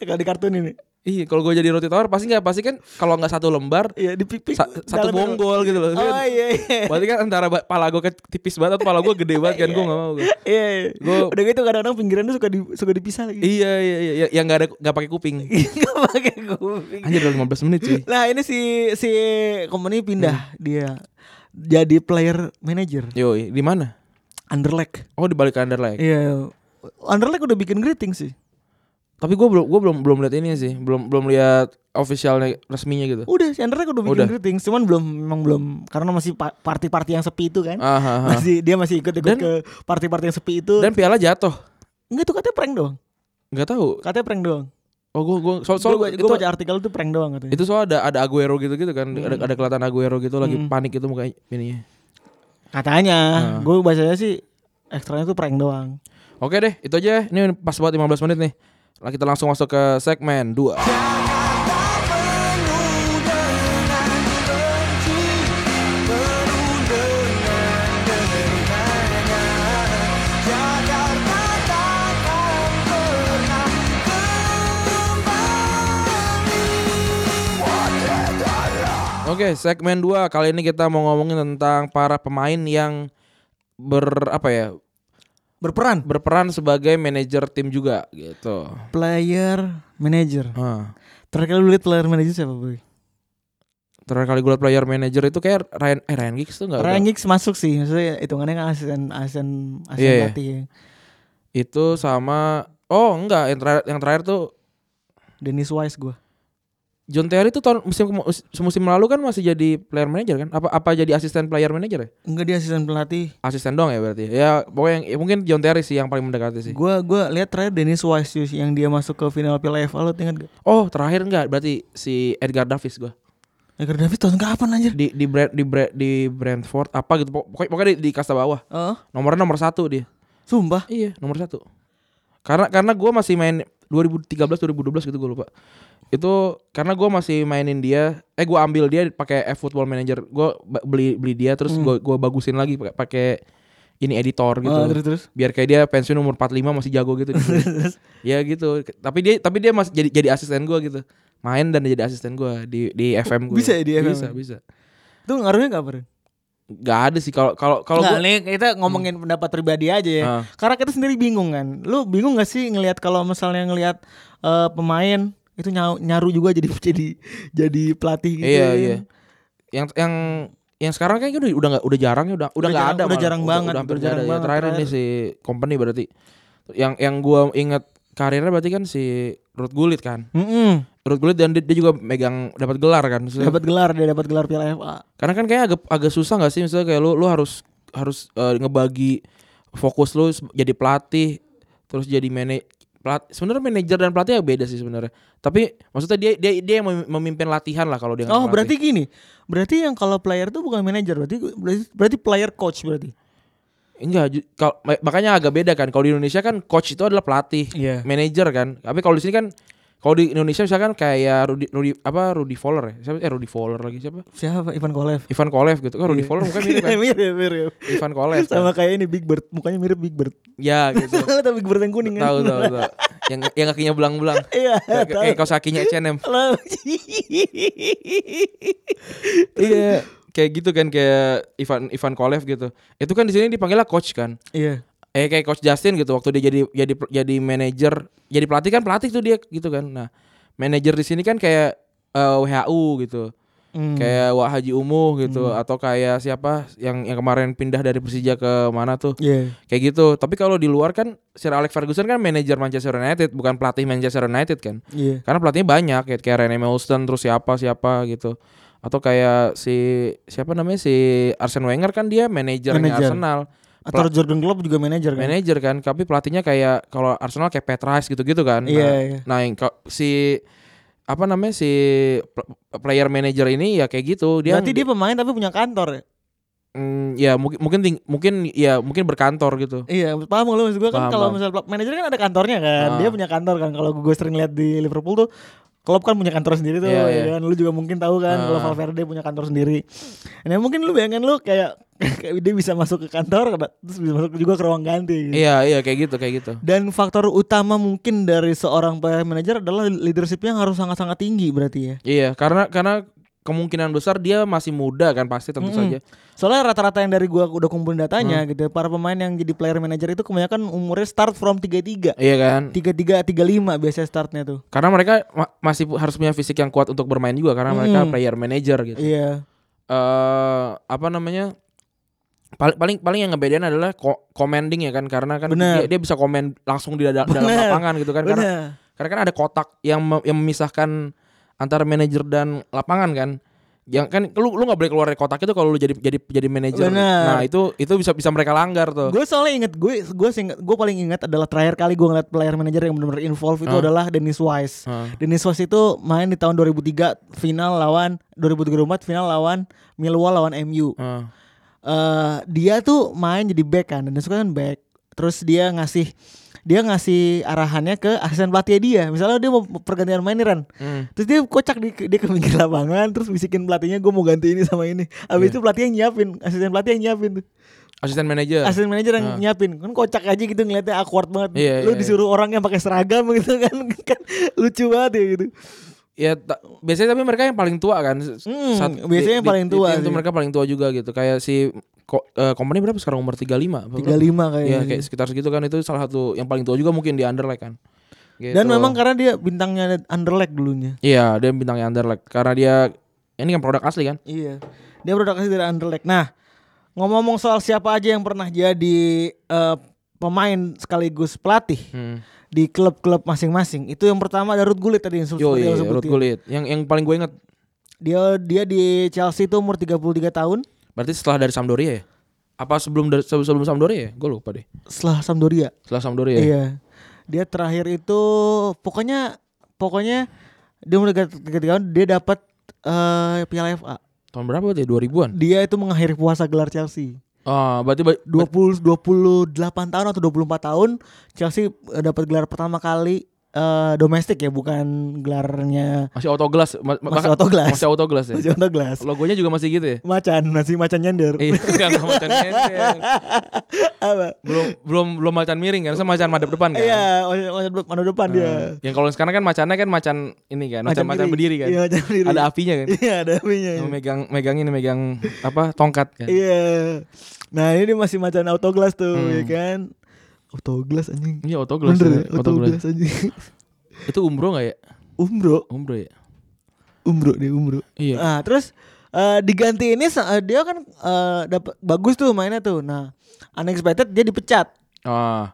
[SPEAKER 2] Kalau di kartun ini.
[SPEAKER 3] Iya, kalau gue jadi roti tawar pasti nggak pasti kan kalau nggak satu lembar
[SPEAKER 2] Iya di pipi
[SPEAKER 3] sa- satu bonggol gitu loh.
[SPEAKER 2] Oh iya iya.
[SPEAKER 3] Berarti kan antara ba- pala gue ke- tipis banget atau pala gue gede banget kan gue nggak mau gue.
[SPEAKER 2] Iya. iya.
[SPEAKER 3] Gua-
[SPEAKER 2] Udah gitu kadang-kadang pinggirannya suka di, suka dipisah lagi.
[SPEAKER 3] Iya iya iya iya, yang nggak ada nggak pakai kuping.
[SPEAKER 2] Enggak pakai kuping.
[SPEAKER 3] Anjir udah 15 menit sih.
[SPEAKER 2] Nah, ini si si company pindah dia jadi player manager
[SPEAKER 3] Yoi, di mana?
[SPEAKER 2] Underleg.
[SPEAKER 3] Oh di balik under like.
[SPEAKER 2] Iya. Underleg udah bikin greeting sih.
[SPEAKER 3] Tapi gue belum gue belum belum lihat ini sih, belum belum lihat officialnya resminya gitu.
[SPEAKER 2] Udah si Underleg udah bikin
[SPEAKER 3] Udah.
[SPEAKER 2] greeting, cuman belum memang belum karena masih pa- party-party yang sepi itu kan.
[SPEAKER 3] Aha, aha.
[SPEAKER 2] Masih dia masih ikut-ikut
[SPEAKER 3] Ah. Dan-
[SPEAKER 2] ke party-party yang sepi itu.
[SPEAKER 3] Dan piala jatuh.
[SPEAKER 2] Enggak tuh katanya prank doang.
[SPEAKER 3] Nggak tahu.
[SPEAKER 2] Katanya prank doang.
[SPEAKER 3] Oh gue gue soal soal
[SPEAKER 2] gua,
[SPEAKER 3] itu,
[SPEAKER 2] gua baca artikel itu prank doang katanya.
[SPEAKER 3] itu soal ada ada Aguero gitu gitu kan. Ada ada kelihatan Aguero gitu lagi
[SPEAKER 2] Hmm.
[SPEAKER 3] panik itu mukanya ininya.
[SPEAKER 2] Katanya,
[SPEAKER 3] Nah.
[SPEAKER 2] gue bacanya sih ekstranya tuh prank doang.
[SPEAKER 3] Oke deh, itu aja. Ini pas buat 15 menit nih. Lah, Kita langsung masuk ke segmen 2. Oke, segmen 2 kali ini kita mau ngomongin tentang para pemain yang ber apa ya
[SPEAKER 2] Berperan
[SPEAKER 3] berperan sebagai manajer tim juga gitu.
[SPEAKER 2] player manager.
[SPEAKER 3] Ah.
[SPEAKER 2] Terakhir lu lihat player manager siapa, Boy?
[SPEAKER 3] Terakhir kali gue liat player manager itu kayak Ryan eh Ryan Giggs tuh enggak?
[SPEAKER 2] Ryan Giggs masuk sih, maksudnya hitungannya kan asisten asisten asisten
[SPEAKER 3] Iya, iya.
[SPEAKER 2] pelatih ya.
[SPEAKER 3] Itu sama oh enggak yang terakhir, yang terakhir tuh
[SPEAKER 2] Dennis Wise gue.
[SPEAKER 3] John Terry tuh tahun musim kemu- musim lalu kan masih jadi player manager kan? Apa apa jadi asisten player manager ya?
[SPEAKER 2] Enggak dia asisten pelatih.
[SPEAKER 3] Asisten dong ya berarti. Ya pokoknya yang, ya mungkin John Terry sih yang paling mendekati sih.
[SPEAKER 2] Gue gua lihat terakhir Dennis Wise Yus, yang dia masuk ke final Piala FA lo ingat gak?
[SPEAKER 3] Oh, terakhir enggak berarti si Edgar Davis gua.
[SPEAKER 2] Edgar Davis tahun kapan anjir?
[SPEAKER 3] Di di Brand, di Bra- di Brentford apa gitu pokoknya, pokoknya di, di kasta bawah.
[SPEAKER 2] Oh,
[SPEAKER 3] Nomornya nomor satu dia.
[SPEAKER 2] sumpah.
[SPEAKER 3] Iya, nomor satu. Karena karena gue masih main 2013 2012 gitu gue lupa. Itu karena gue masih mainin dia, eh gue ambil dia pakai F Football Manager. Gue ba- beli beli dia terus
[SPEAKER 2] Hmm.
[SPEAKER 3] gue gua bagusin lagi pakai pakai ini editor gitu.
[SPEAKER 2] Oh, terus terus.
[SPEAKER 3] Biar kayak dia pensiun umur 45 masih jago gitu. ya gitu. Tapi dia tapi dia masih jadi jadi asisten gue gitu. Main dan jadi asisten gue di di FM gue.
[SPEAKER 2] bisa ya di FM?
[SPEAKER 3] Bisa, bisa.
[SPEAKER 2] Itu ngaruhnya gak Bro?
[SPEAKER 3] Gak ada sih kalau kalau kalau
[SPEAKER 2] Nggak,
[SPEAKER 3] gue
[SPEAKER 2] nih kita ngomongin pendapat pribadi aja ya.
[SPEAKER 3] Ah.
[SPEAKER 2] Karena kita sendiri bingung kan. Lu bingung gak sih ngelihat kalau misalnya ngelihat eh, pemain itu nyaru, nyaru juga jadi jadi jadi pelatih gitu.
[SPEAKER 3] Iya
[SPEAKER 2] ya.
[SPEAKER 3] iya. Yang yang yang sekarang kayaknya udah udah nggak udah jarang ya udah udah nggak
[SPEAKER 2] jarang-
[SPEAKER 3] ada
[SPEAKER 2] udah
[SPEAKER 3] malah.
[SPEAKER 2] jarang banget,
[SPEAKER 3] udah hampir
[SPEAKER 2] udah
[SPEAKER 3] nggak
[SPEAKER 2] jarang
[SPEAKER 3] ada. Ya,
[SPEAKER 2] banget.
[SPEAKER 3] terakhir, ini
[SPEAKER 2] Terakhir.
[SPEAKER 3] si company berarti yang yang gua inget karirnya berarti kan si Ruth Gullit kan
[SPEAKER 2] Mm-mm.
[SPEAKER 3] Ruth Gullit dan dia, dia juga megang dapat gelar kan Maksudnya-
[SPEAKER 2] Dapat gelar dia dapat gelar Piala Oh, FA.
[SPEAKER 3] karena kan kayak agak agak susah nggak sih misalnya kayak lu lu harus harus eh, ngebagi fokus lu se- jadi pelatih terus jadi manajer pelat sebenarnya manajer dan pelatih ya beda sih sebenarnya tapi maksudnya dia dia dia yang mem- memimpin latihan lah kalau dia nggak
[SPEAKER 2] Oh,
[SPEAKER 3] ngelatih.
[SPEAKER 2] berarti gini. Berarti yang kalau player tuh bukan manajer, berarti berarti, berarti player coach berarti.
[SPEAKER 3] Enggak, ju- kal- ma- makanya agak beda kan. Kalau di Indonesia kan coach itu adalah pelatih,
[SPEAKER 2] Iya.
[SPEAKER 3] manajer kan. Tapi kalau di sini kan kalau di Indonesia misalkan kayak Rudy, Rudy apa Rudy Fowler ya? Siapa eh Rudy Fowler lagi siapa?
[SPEAKER 2] Siapa? Ivan Kolev.
[SPEAKER 3] Ivan Kolev gitu. Kan Rudy Fowler mukanya mirip kan.
[SPEAKER 2] mirip, mirip.
[SPEAKER 3] Ivan Kolev. kan.
[SPEAKER 2] Iya. Sama kayak ini Big Bird, mukanya mirip Big Bird.
[SPEAKER 3] Ya gitu.
[SPEAKER 2] Tahu Big Bird yang kuning
[SPEAKER 3] Tahu
[SPEAKER 2] kan?
[SPEAKER 3] tahu tahu. Yang yang kakinya belang-belang.
[SPEAKER 2] Iya,
[SPEAKER 3] Kayak
[SPEAKER 2] tahu.
[SPEAKER 3] kayak kaos kakinya H&M.
[SPEAKER 2] Lo-
[SPEAKER 3] Iya. Kayak gitu kan kayak Ivan Ivan Kolev gitu. Itu kan di sini dipanggilnya coach kan.
[SPEAKER 2] Iya.
[SPEAKER 3] eh kayak coach Justin gitu waktu dia jadi jadi jadi manajer jadi pelatih kan pelatih tuh dia gitu kan nah manajer di sini kan kayak eh, WHU gitu
[SPEAKER 2] Hmm.
[SPEAKER 3] kayak Wak Haji Umuh gitu atau kayak siapa yang yang kemarin pindah dari Persija ke mana tuh
[SPEAKER 2] Iya.
[SPEAKER 3] kayak gitu tapi kalau di luar kan Sir Alex Ferguson kan manajer Manchester United bukan pelatih Manchester United kan
[SPEAKER 2] Iya.
[SPEAKER 3] karena pelatihnya banyak kayak kayak Rene Meulston terus siapa siapa gitu atau kayak si siapa namanya si Arsene Wenger kan dia manajernya
[SPEAKER 2] Manajer.
[SPEAKER 3] Arsenal
[SPEAKER 2] Atau Jordan Klopp juga manajer kan?
[SPEAKER 3] manajer kan tapi pelatihnya kayak kalau Arsenal kayak Petrais gitu-gitu kan
[SPEAKER 2] Iya,
[SPEAKER 3] nah,
[SPEAKER 2] iya.
[SPEAKER 3] nah yang ka- si apa namanya si pl- player manager ini ya kayak gitu dia
[SPEAKER 2] Berarti dia pemain tapi punya kantor ya?
[SPEAKER 3] Mm, ya mungkin mungkin ting- mungkin ya mungkin berkantor gitu
[SPEAKER 2] Iya, paham nggak lu maksud gue kan
[SPEAKER 3] Paham,
[SPEAKER 2] kalau
[SPEAKER 3] paham.
[SPEAKER 2] misalnya manajer kan ada kantornya kan.
[SPEAKER 3] Ah.
[SPEAKER 2] Dia punya kantor kan. Kalau gue sering lihat di Liverpool tuh Klopp kan punya kantor sendiri tuh,
[SPEAKER 3] Iya,
[SPEAKER 2] ya
[SPEAKER 3] iya.
[SPEAKER 2] kan? Lu juga mungkin tahu kan kalau
[SPEAKER 3] Ah.
[SPEAKER 2] Valverde punya kantor sendiri. Nah mungkin lu bayangkan lu kayak, kayak dia bisa masuk ke kantor, terus bisa masuk juga ke ruang ganti. gitu.
[SPEAKER 3] Iya iya kayak gitu kayak gitu.
[SPEAKER 2] Dan faktor utama mungkin dari seorang player manager adalah leadershipnya harus sangat-sangat tinggi berarti ya.
[SPEAKER 3] Iya karena karena kemungkinan besar dia masih muda kan pasti tentu
[SPEAKER 2] Mm-mm.
[SPEAKER 3] saja.
[SPEAKER 2] Soalnya rata-rata yang dari gua udah kumpulin datanya gitu, para pemain yang jadi player manager itu kebanyakan umurnya start from 33.
[SPEAKER 3] Iya kan.
[SPEAKER 2] 33 35 biasanya startnya tuh.
[SPEAKER 3] Karena mereka ma- masih pu- harus punya fisik yang kuat untuk bermain juga karena mereka
[SPEAKER 2] Mm.
[SPEAKER 3] player manager gitu. Eh
[SPEAKER 2] Iya.
[SPEAKER 3] apa namanya? Paling paling paling yang ngebedain adalah ko- commanding ya kan karena kan
[SPEAKER 2] Bener.
[SPEAKER 3] dia, dia bisa komen langsung di dada- dalam
[SPEAKER 2] Bener.
[SPEAKER 3] lapangan gitu kan karena
[SPEAKER 2] Benar.
[SPEAKER 3] karena kan ada kotak yang me- yang memisahkan antara manajer dan lapangan kan. Yang kan lu lu nggak boleh keluar dari kotak itu kalau lu jadi jadi jadi manajer.
[SPEAKER 2] Bener.
[SPEAKER 3] Nah, itu itu bisa bisa mereka langgar tuh.
[SPEAKER 2] Gue soalnya inget gue gue inget gue paling inget adalah terakhir kali gue ngeliat player manager yang benar-benar involved itu
[SPEAKER 3] Hah?
[SPEAKER 2] adalah Dennis Wise.
[SPEAKER 3] Heeh.
[SPEAKER 2] Dennis Wise itu main di tahun 2003 final lawan 2003 final lawan Millwall lawan MU.
[SPEAKER 3] Heeh.
[SPEAKER 2] eh dia tuh main jadi back kan dan suka kan back terus dia ngasih dia ngasih arahannya ke asisten pelatih dia misalnya dia mau pergantian main nih Ran
[SPEAKER 3] Hmm.
[SPEAKER 2] terus dia kocak di dia ke pinggir lapangan terus bisikin pelatihnya gue mau ganti ini sama ini abis
[SPEAKER 3] Iya.
[SPEAKER 2] itu pelatihnya nyiapin asisten pelatih yang nyiapin tuh
[SPEAKER 3] Asisten manajer.
[SPEAKER 2] asisten manajer yang
[SPEAKER 3] Ah.
[SPEAKER 2] nyiapin kan kocak aja gitu ngeliatnya awkward banget
[SPEAKER 3] Iya,
[SPEAKER 2] lu
[SPEAKER 3] iya,
[SPEAKER 2] disuruh orang yang pakai seragam gitu kan kan lucu banget ya gitu
[SPEAKER 3] Ya ta- biasanya tapi mereka yang paling tua kan. S-
[SPEAKER 2] Hmm, biasanya yang paling tua sih.
[SPEAKER 3] Itu mereka paling tua juga gitu. Kayak si ko, eh, company berapa sekarang umur 35? Apa
[SPEAKER 2] tiga
[SPEAKER 3] berapa?
[SPEAKER 2] lima kayaknya
[SPEAKER 3] Ya kayak sekitar segitu kan itu salah satu yang paling tua juga mungkin di Underleg kan. Gitu.
[SPEAKER 2] dan memang karena dia bintangnya underleg dulunya
[SPEAKER 3] Iya, dia bintangnya Underleg karena dia ini kan produk asli kan.
[SPEAKER 2] Iya. Dia produk asli dari Anderlecht. Nah, ngomong-ngomong soal siapa aja yang pernah jadi eh, pemain sekaligus pelatih
[SPEAKER 3] Hmm.
[SPEAKER 2] di klub-klub masing-masing. Itu yang pertama ada Ruud Gullit tadi yang seperti
[SPEAKER 3] Yo,
[SPEAKER 2] yang sebutin.
[SPEAKER 3] Ruud Gullit. Yang yang paling gue inget
[SPEAKER 2] Dia dia di Chelsea itu umur 33 tahun
[SPEAKER 3] berarti setelah dari Sampdoria ya? Apa sebelum dari sebelum sebelum Sampdoria ya? Gue lupa deh.
[SPEAKER 2] setelah Sampdoria.
[SPEAKER 3] Setelah Sampdoria. ya?
[SPEAKER 2] Iya. Dia terakhir itu pokoknya pokoknya dia umur 33 tahun dia dapat eh Piala FA.
[SPEAKER 3] Tahun berapa berarti? 2000-an.
[SPEAKER 2] Dia itu mengakhiri puasa gelar Chelsea.
[SPEAKER 3] Ah, berarti ba-
[SPEAKER 2] 20 28 tahun atau 24 tahun Chelsea eh, dapat gelar pertama kali eh, domestik ya bukan gelarnya
[SPEAKER 3] masih autoglass ma- ma-
[SPEAKER 2] Masih
[SPEAKER 3] bahkan-
[SPEAKER 2] autoglass.
[SPEAKER 3] Masih autoglass ya.
[SPEAKER 2] Masih untuk gelas.
[SPEAKER 3] Logonya juga masih gitu ya?
[SPEAKER 2] Macan masih macan nyender.
[SPEAKER 3] Iya, enggak, enggak macan miring.
[SPEAKER 2] Apa?
[SPEAKER 3] Belum belum belum macan miring kan, saya macan madep depan kan.
[SPEAKER 2] Iya, macan- macan macan depan dia.
[SPEAKER 3] Yang kalau sekarang kan macannya kan macan ini kan, macan macan
[SPEAKER 2] kiri.
[SPEAKER 3] berdiri kan.
[SPEAKER 2] Iya, macan berdiri.
[SPEAKER 3] Ada apinya kan.
[SPEAKER 2] Iya, ada apinya.
[SPEAKER 3] Yang megang megang ini megang apa? Tongkat kan.
[SPEAKER 2] Iya. Nah, ini dia masih macan autoglass tuh, ya kan? Autoglass anjing.
[SPEAKER 3] Iya, autoglass.
[SPEAKER 2] Bener ya,
[SPEAKER 3] ya,
[SPEAKER 2] autoglass anjing. Um,
[SPEAKER 3] Itu umroh enggak ya?
[SPEAKER 2] Umbro,
[SPEAKER 3] Umroh ya?
[SPEAKER 2] umbro dia umbro.
[SPEAKER 3] Iya.
[SPEAKER 2] Nah, terus eh, diganti ini sa- eh, dia kan eh, dapat bagus tuh mainnya tuh. Nah, unexpected dia dipecat.
[SPEAKER 3] Ah,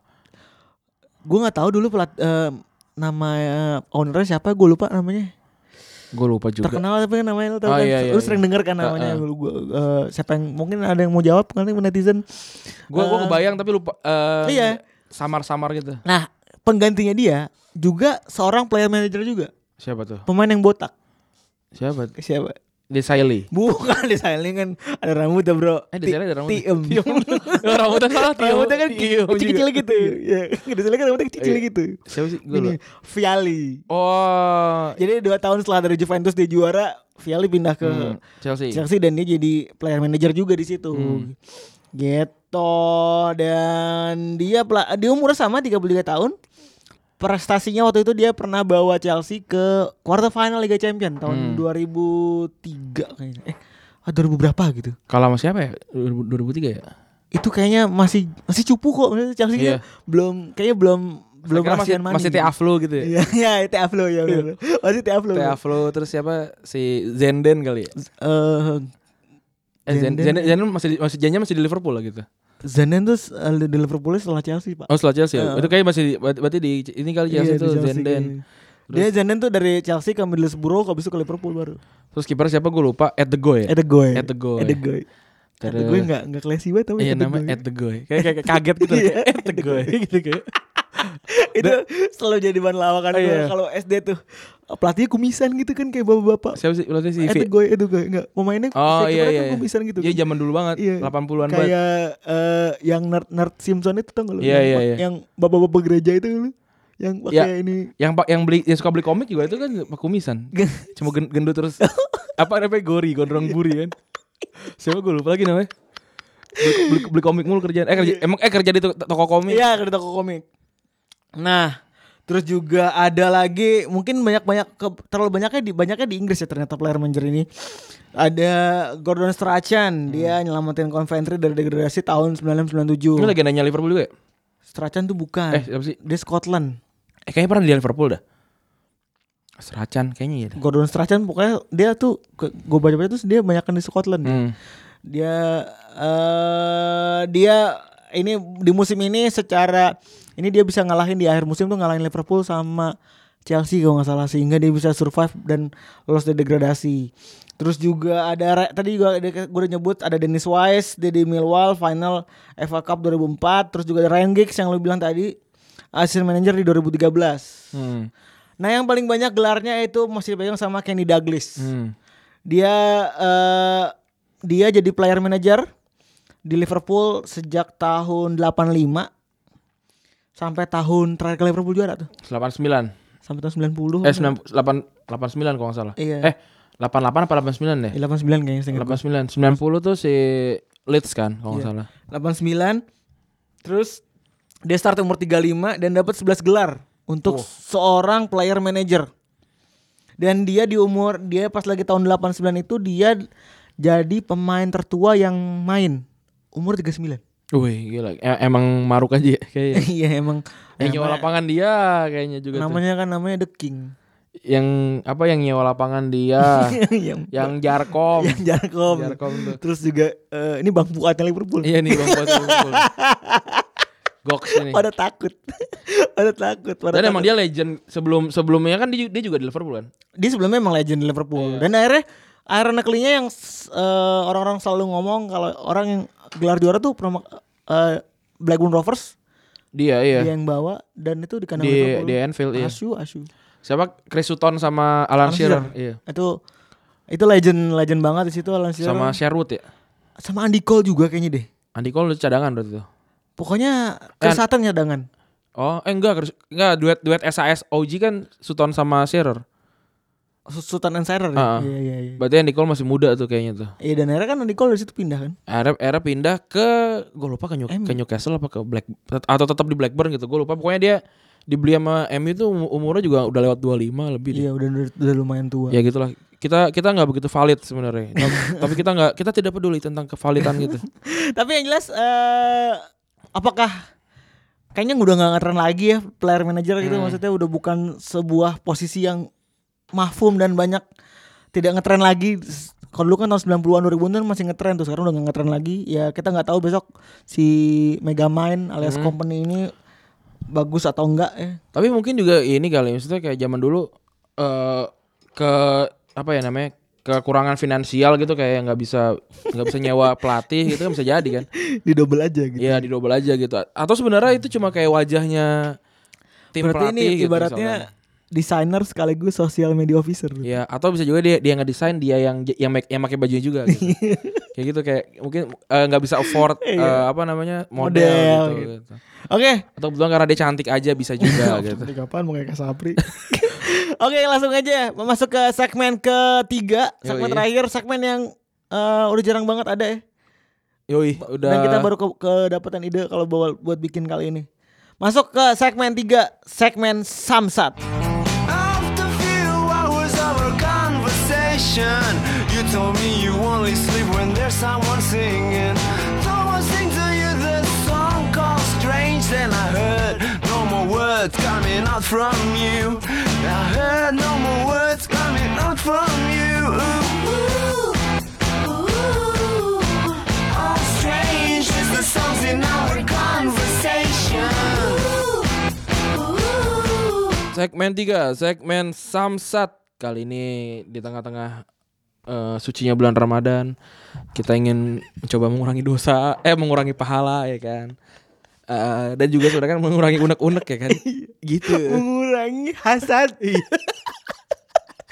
[SPEAKER 2] Gue nggak tahu dulu pelat eh, nama eh, ownernya siapa gue lupa namanya.
[SPEAKER 3] gue lupa juga.
[SPEAKER 2] Terkenal tapi kan namanya lu tahu
[SPEAKER 3] Oh,
[SPEAKER 2] kan.
[SPEAKER 3] iya, iya,
[SPEAKER 2] lu
[SPEAKER 3] iya.
[SPEAKER 2] sering denger kan namanya.
[SPEAKER 3] Heeh.
[SPEAKER 2] Lu gua, eh, siapa yang mungkin ada yang mau jawab kan nih netizen.
[SPEAKER 3] Gue gue
[SPEAKER 2] Eh,
[SPEAKER 3] kebayang tapi lupa eh,
[SPEAKER 2] iya.
[SPEAKER 3] Samar-samar gitu.
[SPEAKER 2] Nah, penggantinya dia juga seorang player manager juga.
[SPEAKER 3] Siapa tuh?
[SPEAKER 2] Pemain yang botak.
[SPEAKER 3] Siapa?
[SPEAKER 2] Siapa?
[SPEAKER 3] Desailly.
[SPEAKER 2] Bukan di Silent kan ada rambutnya, Bro.
[SPEAKER 3] Eh, Desailly ada rambutnya.
[SPEAKER 2] Tiem.
[SPEAKER 3] Rambutnya salah, Tio.
[SPEAKER 2] Rambutnya kan
[SPEAKER 3] Tio Iya, juga.
[SPEAKER 2] kecil-kecil gitu. Iya, kecil-kecil kan rambutnya kecil
[SPEAKER 3] Iya.
[SPEAKER 2] gitu.
[SPEAKER 3] Siapa sih? Gue
[SPEAKER 2] Ini
[SPEAKER 3] lupa.
[SPEAKER 2] Viali.
[SPEAKER 3] Oh,
[SPEAKER 2] Jadi dua tahun setelah dari Juventus dia juara, Viali pindah ke
[SPEAKER 3] hmm, Chelsea.
[SPEAKER 2] Chelsea dan dia jadi player manager juga di situ.
[SPEAKER 3] Hmm.
[SPEAKER 2] Gitu dan dia pela- dia umurnya sama 33 tahun. Prestasinya waktu itu dia pernah bawa Chelsea ke quarter final Liga Champion
[SPEAKER 3] Hmm.
[SPEAKER 2] tahun 2003 kayaknya. Eh, ah, 2000 berapa gitu.
[SPEAKER 3] Kalah sama siapa ya? 2000 2003 ya?
[SPEAKER 2] itu kayaknya masih masih cupu kok maksudnya Chelsea
[SPEAKER 3] Iya.
[SPEAKER 2] kayaknya belum kayaknya belum belum
[SPEAKER 3] Belum masih
[SPEAKER 2] kasihan mandi.
[SPEAKER 3] masih Teaflu gitu ya.
[SPEAKER 2] Iya, iya, TF lo ya bener. Masih TF lo.
[SPEAKER 3] Teaflu terus siapa? Si Zenden kali ya?
[SPEAKER 2] Eh
[SPEAKER 3] Eh, Zenden,
[SPEAKER 2] Zenden-
[SPEAKER 3] Zenden, Zenden masih di- masih janjinya masih di Liverpool lah gitu.
[SPEAKER 2] Zanen tuh eh, di Liverpool setelah Chelsea, Pak.
[SPEAKER 3] Oh, setelah Chelsea. ya?
[SPEAKER 2] Eh.
[SPEAKER 3] itu kayak masih di- berarti berarti di ini kali Chelsea
[SPEAKER 2] Iya, di
[SPEAKER 3] tuh
[SPEAKER 2] Chelsea
[SPEAKER 3] Zenden.
[SPEAKER 2] kayaknya. Dia Zanen tuh dari Chelsea ke Middlesbrough habis itu ke Liverpool baru.
[SPEAKER 3] Terus kiper siapa gue lupa, At the Goy.
[SPEAKER 2] At the goy.
[SPEAKER 3] At the goy.
[SPEAKER 2] At the goy. At the
[SPEAKER 3] Iya. Terus-
[SPEAKER 2] goy enggak enggak classy banget tapi
[SPEAKER 3] Iya
[SPEAKER 2] at the
[SPEAKER 3] nama
[SPEAKER 2] goy.
[SPEAKER 3] At the Goy. Kayak kayak kayak kaget gitu.
[SPEAKER 2] Iya,
[SPEAKER 3] At the Goy gitu kayak. Nah.
[SPEAKER 2] itu selalu jadi bahan lawakan
[SPEAKER 3] Oh,
[SPEAKER 2] gua
[SPEAKER 3] iya.
[SPEAKER 2] kalau SD tuh. Pelatihnya kumisan gitu kan kayak bapak-bapak.
[SPEAKER 3] Siapa sih? Berarti si
[SPEAKER 2] At
[SPEAKER 3] Vi.
[SPEAKER 2] the goy, at the goy. Enggak, pemainnya
[SPEAKER 3] Oh iya
[SPEAKER 2] kipernya
[SPEAKER 3] iya.
[SPEAKER 2] kan kumisan gitu.
[SPEAKER 3] Iya zaman dulu banget,
[SPEAKER 2] Iya.
[SPEAKER 3] 80-an banget.
[SPEAKER 2] kayak eh, yang nerd nerd Simpson itu tau gak lu?
[SPEAKER 3] Iya,
[SPEAKER 2] yang,
[SPEAKER 3] iya, iya.
[SPEAKER 2] yang bapak-bapak gereja itu lu. yang pakai
[SPEAKER 3] Ya.
[SPEAKER 2] ini
[SPEAKER 3] yang pak yang beli yang suka beli komik juga itu kan Pak Kumisan cuma gen- gendut terus apa namanya gori gondrong buri kan siapa gue lupa lagi namanya beli, beli- beli komik mulu kerjaan eh kerja, emang eh kerja di to- toko komik
[SPEAKER 2] Iya ke toko komik. Nah, terus juga ada lagi mungkin banyak-banyak ke- terlalu banyaknya di banyaknya di Inggris ya ternyata player manager ini. Ada Gordon Strachan, dia nyelamatin Coventry dari degradasi tahun
[SPEAKER 3] lu
[SPEAKER 2] 1997.
[SPEAKER 3] lagi nanya Liverpool juga ya?
[SPEAKER 2] Strachan tuh bukan.
[SPEAKER 3] eh apa sih
[SPEAKER 2] Dia Scotland.
[SPEAKER 3] eh kayaknya pernah di Liverpool dah Seracan kayaknya iya dah.
[SPEAKER 2] Gordon Strachan pokoknya dia tuh gue baca-baca tuh dia banyakkan di Scotland.
[SPEAKER 3] Hmm.
[SPEAKER 2] dia eh dia ini di musim ini secara ini dia bisa ngalahin di akhir musim tuh ngalahin Liverpool sama Chelsea kalau nggak salah sehingga dia bisa survive dan lolos dari degradasi. Terus juga ada Ra- tadi juga ada, gue udah nyebut ada Dennis Wise dia di Millwall final FA Cup 2004 terus juga ada Ryan Giggs yang lu bilang tadi asisten manajer di 2013.
[SPEAKER 3] Hmm.
[SPEAKER 2] Nah yang paling banyak gelarnya itu masih dipegang sama Kenny Douglas
[SPEAKER 3] Hmm.
[SPEAKER 2] dia eh, dia jadi player manager di Liverpool sejak tahun 85 sampai tahun terakhir kali Liverpool juara tuh
[SPEAKER 3] 89
[SPEAKER 2] sampai tahun 90
[SPEAKER 3] eh 9 8 89 kalau nggak salah
[SPEAKER 2] Iya.
[SPEAKER 3] eh 88 apa 89 deh
[SPEAKER 2] Eh, 89 kayaknya seingat
[SPEAKER 3] 89 90 tuh si Leeds kan kalau nggak salah
[SPEAKER 2] gua. 89 Iya. terus dia start umur 35 dan dapat 11 gelar untuk seorang player manager dan dia di umur dia pas lagi tahun 89 itu dia jadi pemain tertua yang main umur 39
[SPEAKER 3] Wih gila E- Emang maruk aja ya kayaknya
[SPEAKER 2] iya emang
[SPEAKER 3] Yang nyewa
[SPEAKER 2] emang-
[SPEAKER 3] lapangan dia kayaknya juga tuh.
[SPEAKER 2] namanya kan namanya The King
[SPEAKER 3] Yang apa yang nyewa lapangan dia,
[SPEAKER 2] yang
[SPEAKER 3] yang Jarkom.
[SPEAKER 2] yang Jarkom.
[SPEAKER 3] Jarkom tuh.
[SPEAKER 2] Terus juga eh, ini Bang Fuadnya Liverpool.
[SPEAKER 3] Iya nih Bang Bos. Goks ini.
[SPEAKER 2] Pada takut. Pada takut. Pada
[SPEAKER 3] Dan
[SPEAKER 2] takut.
[SPEAKER 3] emang dia legend sebelum sebelumnya kan dia, dia juga di Liverpool kan.
[SPEAKER 2] Dia sebelumnya emang legend di
[SPEAKER 3] Iya.
[SPEAKER 2] Liverpool. Dan akhirnya ironically-nya yang s- eh, orang-orang selalu ngomong kalau orang yang gelar juara tuh pernah eh, Blackburn Rovers
[SPEAKER 3] Dia iya.
[SPEAKER 2] dia yang bawa dan itu di kandang
[SPEAKER 3] Di
[SPEAKER 2] Liverpool.
[SPEAKER 3] di Anfield iya.
[SPEAKER 2] Asu asu.
[SPEAKER 3] Siapa? Chris Sutton sama Alan Shearer. Iya.
[SPEAKER 2] Itu itu legend legend banget di situ Alan Shearer.
[SPEAKER 3] Sama Sherwood ya.
[SPEAKER 2] Sama Andy Cole juga kayaknya deh.
[SPEAKER 3] Andy Cole itu cadangan berarti tuh.
[SPEAKER 2] Pokoknya ya,
[SPEAKER 3] Kan-
[SPEAKER 2] kesatan cadangan.
[SPEAKER 3] Oh, eh enggak, Chris- enggak duet duet SAS OG kan Sutton sama Shearer.
[SPEAKER 2] Sultan and Shearer ya.
[SPEAKER 3] Ah.
[SPEAKER 2] Iya iya iya.
[SPEAKER 3] Berarti Andy Cole masih muda tuh kayaknya tuh.
[SPEAKER 2] Iya dan akhirnya kan Nicole dari situ pindah kan.
[SPEAKER 3] Arab era pindah ke gue lupa ke, New-
[SPEAKER 2] MU.
[SPEAKER 3] ke Newcastle apa ke Black atau tetap di Blackburn gitu gue lupa pokoknya dia dibeli sama MU tuh um- umurnya juga udah lewat 25 lebih deh.
[SPEAKER 2] Iya udah, udah udah lumayan tua.
[SPEAKER 3] Ya gitulah. Kita kita nggak begitu valid sebenarnya. Tapi- Tapi kita nggak kita tidak peduli tentang kevalitan gitu.
[SPEAKER 2] Tapi yang jelas eh apakah kayaknya udah nggak ngetren lagi ya player manager gitu maksudnya udah bukan sebuah posisi yang mahfum dan banyak tidak ngetren lagi. Kalau dulu kan tahun 90-an 2000-an tuh masih ngetren tuh sekarang udah nggak ngetren lagi. Ya kita nggak tahu besok si Megamind alias company ini bagus atau enggak ya.
[SPEAKER 3] Tapi mungkin juga ini kali maksudnya kayak zaman dulu eh ke apa ya namanya kekurangan finansial gitu kayak nggak bisa nggak bisa nyewa pelatih gitu kan bisa jadi kan.
[SPEAKER 2] Di double aja gitu.
[SPEAKER 3] Iya di double aja gitu. Atau sebenarnya itu cuma kayak wajahnya tim
[SPEAKER 2] Berarti
[SPEAKER 3] pelatih
[SPEAKER 2] ini
[SPEAKER 3] gitu
[SPEAKER 2] ibaratnya
[SPEAKER 3] misalkan.
[SPEAKER 2] desainer sekaligus social media officer.
[SPEAKER 3] Ya, atau bisa juga dia dia yang ngedesain, dia yang yang make, yang pakai bajunya juga gitu. kayak gitu kayak mungkin eh, nggak bisa afford eh, apa namanya model,
[SPEAKER 2] Iya. Model
[SPEAKER 3] gitu,
[SPEAKER 2] gitu.
[SPEAKER 3] gitu.
[SPEAKER 2] Oke,
[SPEAKER 3] Atau kebetulan karena dia cantik aja bisa juga gitu.
[SPEAKER 2] Dari kapan mau kayak Sapri? Oke, langsung aja masuk ke segmen ketiga, segmen
[SPEAKER 3] Yoi.
[SPEAKER 2] terakhir, segmen yang eh, udah jarang banget ada ya.
[SPEAKER 3] Yoi, udah.
[SPEAKER 2] Dan kita baru ke- kedapatan ide kalau bawa- buat bikin kali ini. Masuk ke segmen tiga, segmen Samsat.
[SPEAKER 1] After few hours of our conversation, you told me you only sleep when there's someone singing. Someone sing to you the song called Strange, then I heard no more words coming out from you. I heard no more words coming out from you. Ooh, ooh. Oh, strange is the songs in our conversation.
[SPEAKER 3] segmen 3, segmen Samsat. Kali ini di tengah-tengah eh, sucinya bulan Ramadan, kita ingin mencoba mengurangi dosa, eh mengurangi pahala ya kan. Eh, dan juga sudah kan mengurangi unek-unek ya kan. gitu.
[SPEAKER 2] Mengurangi hasad.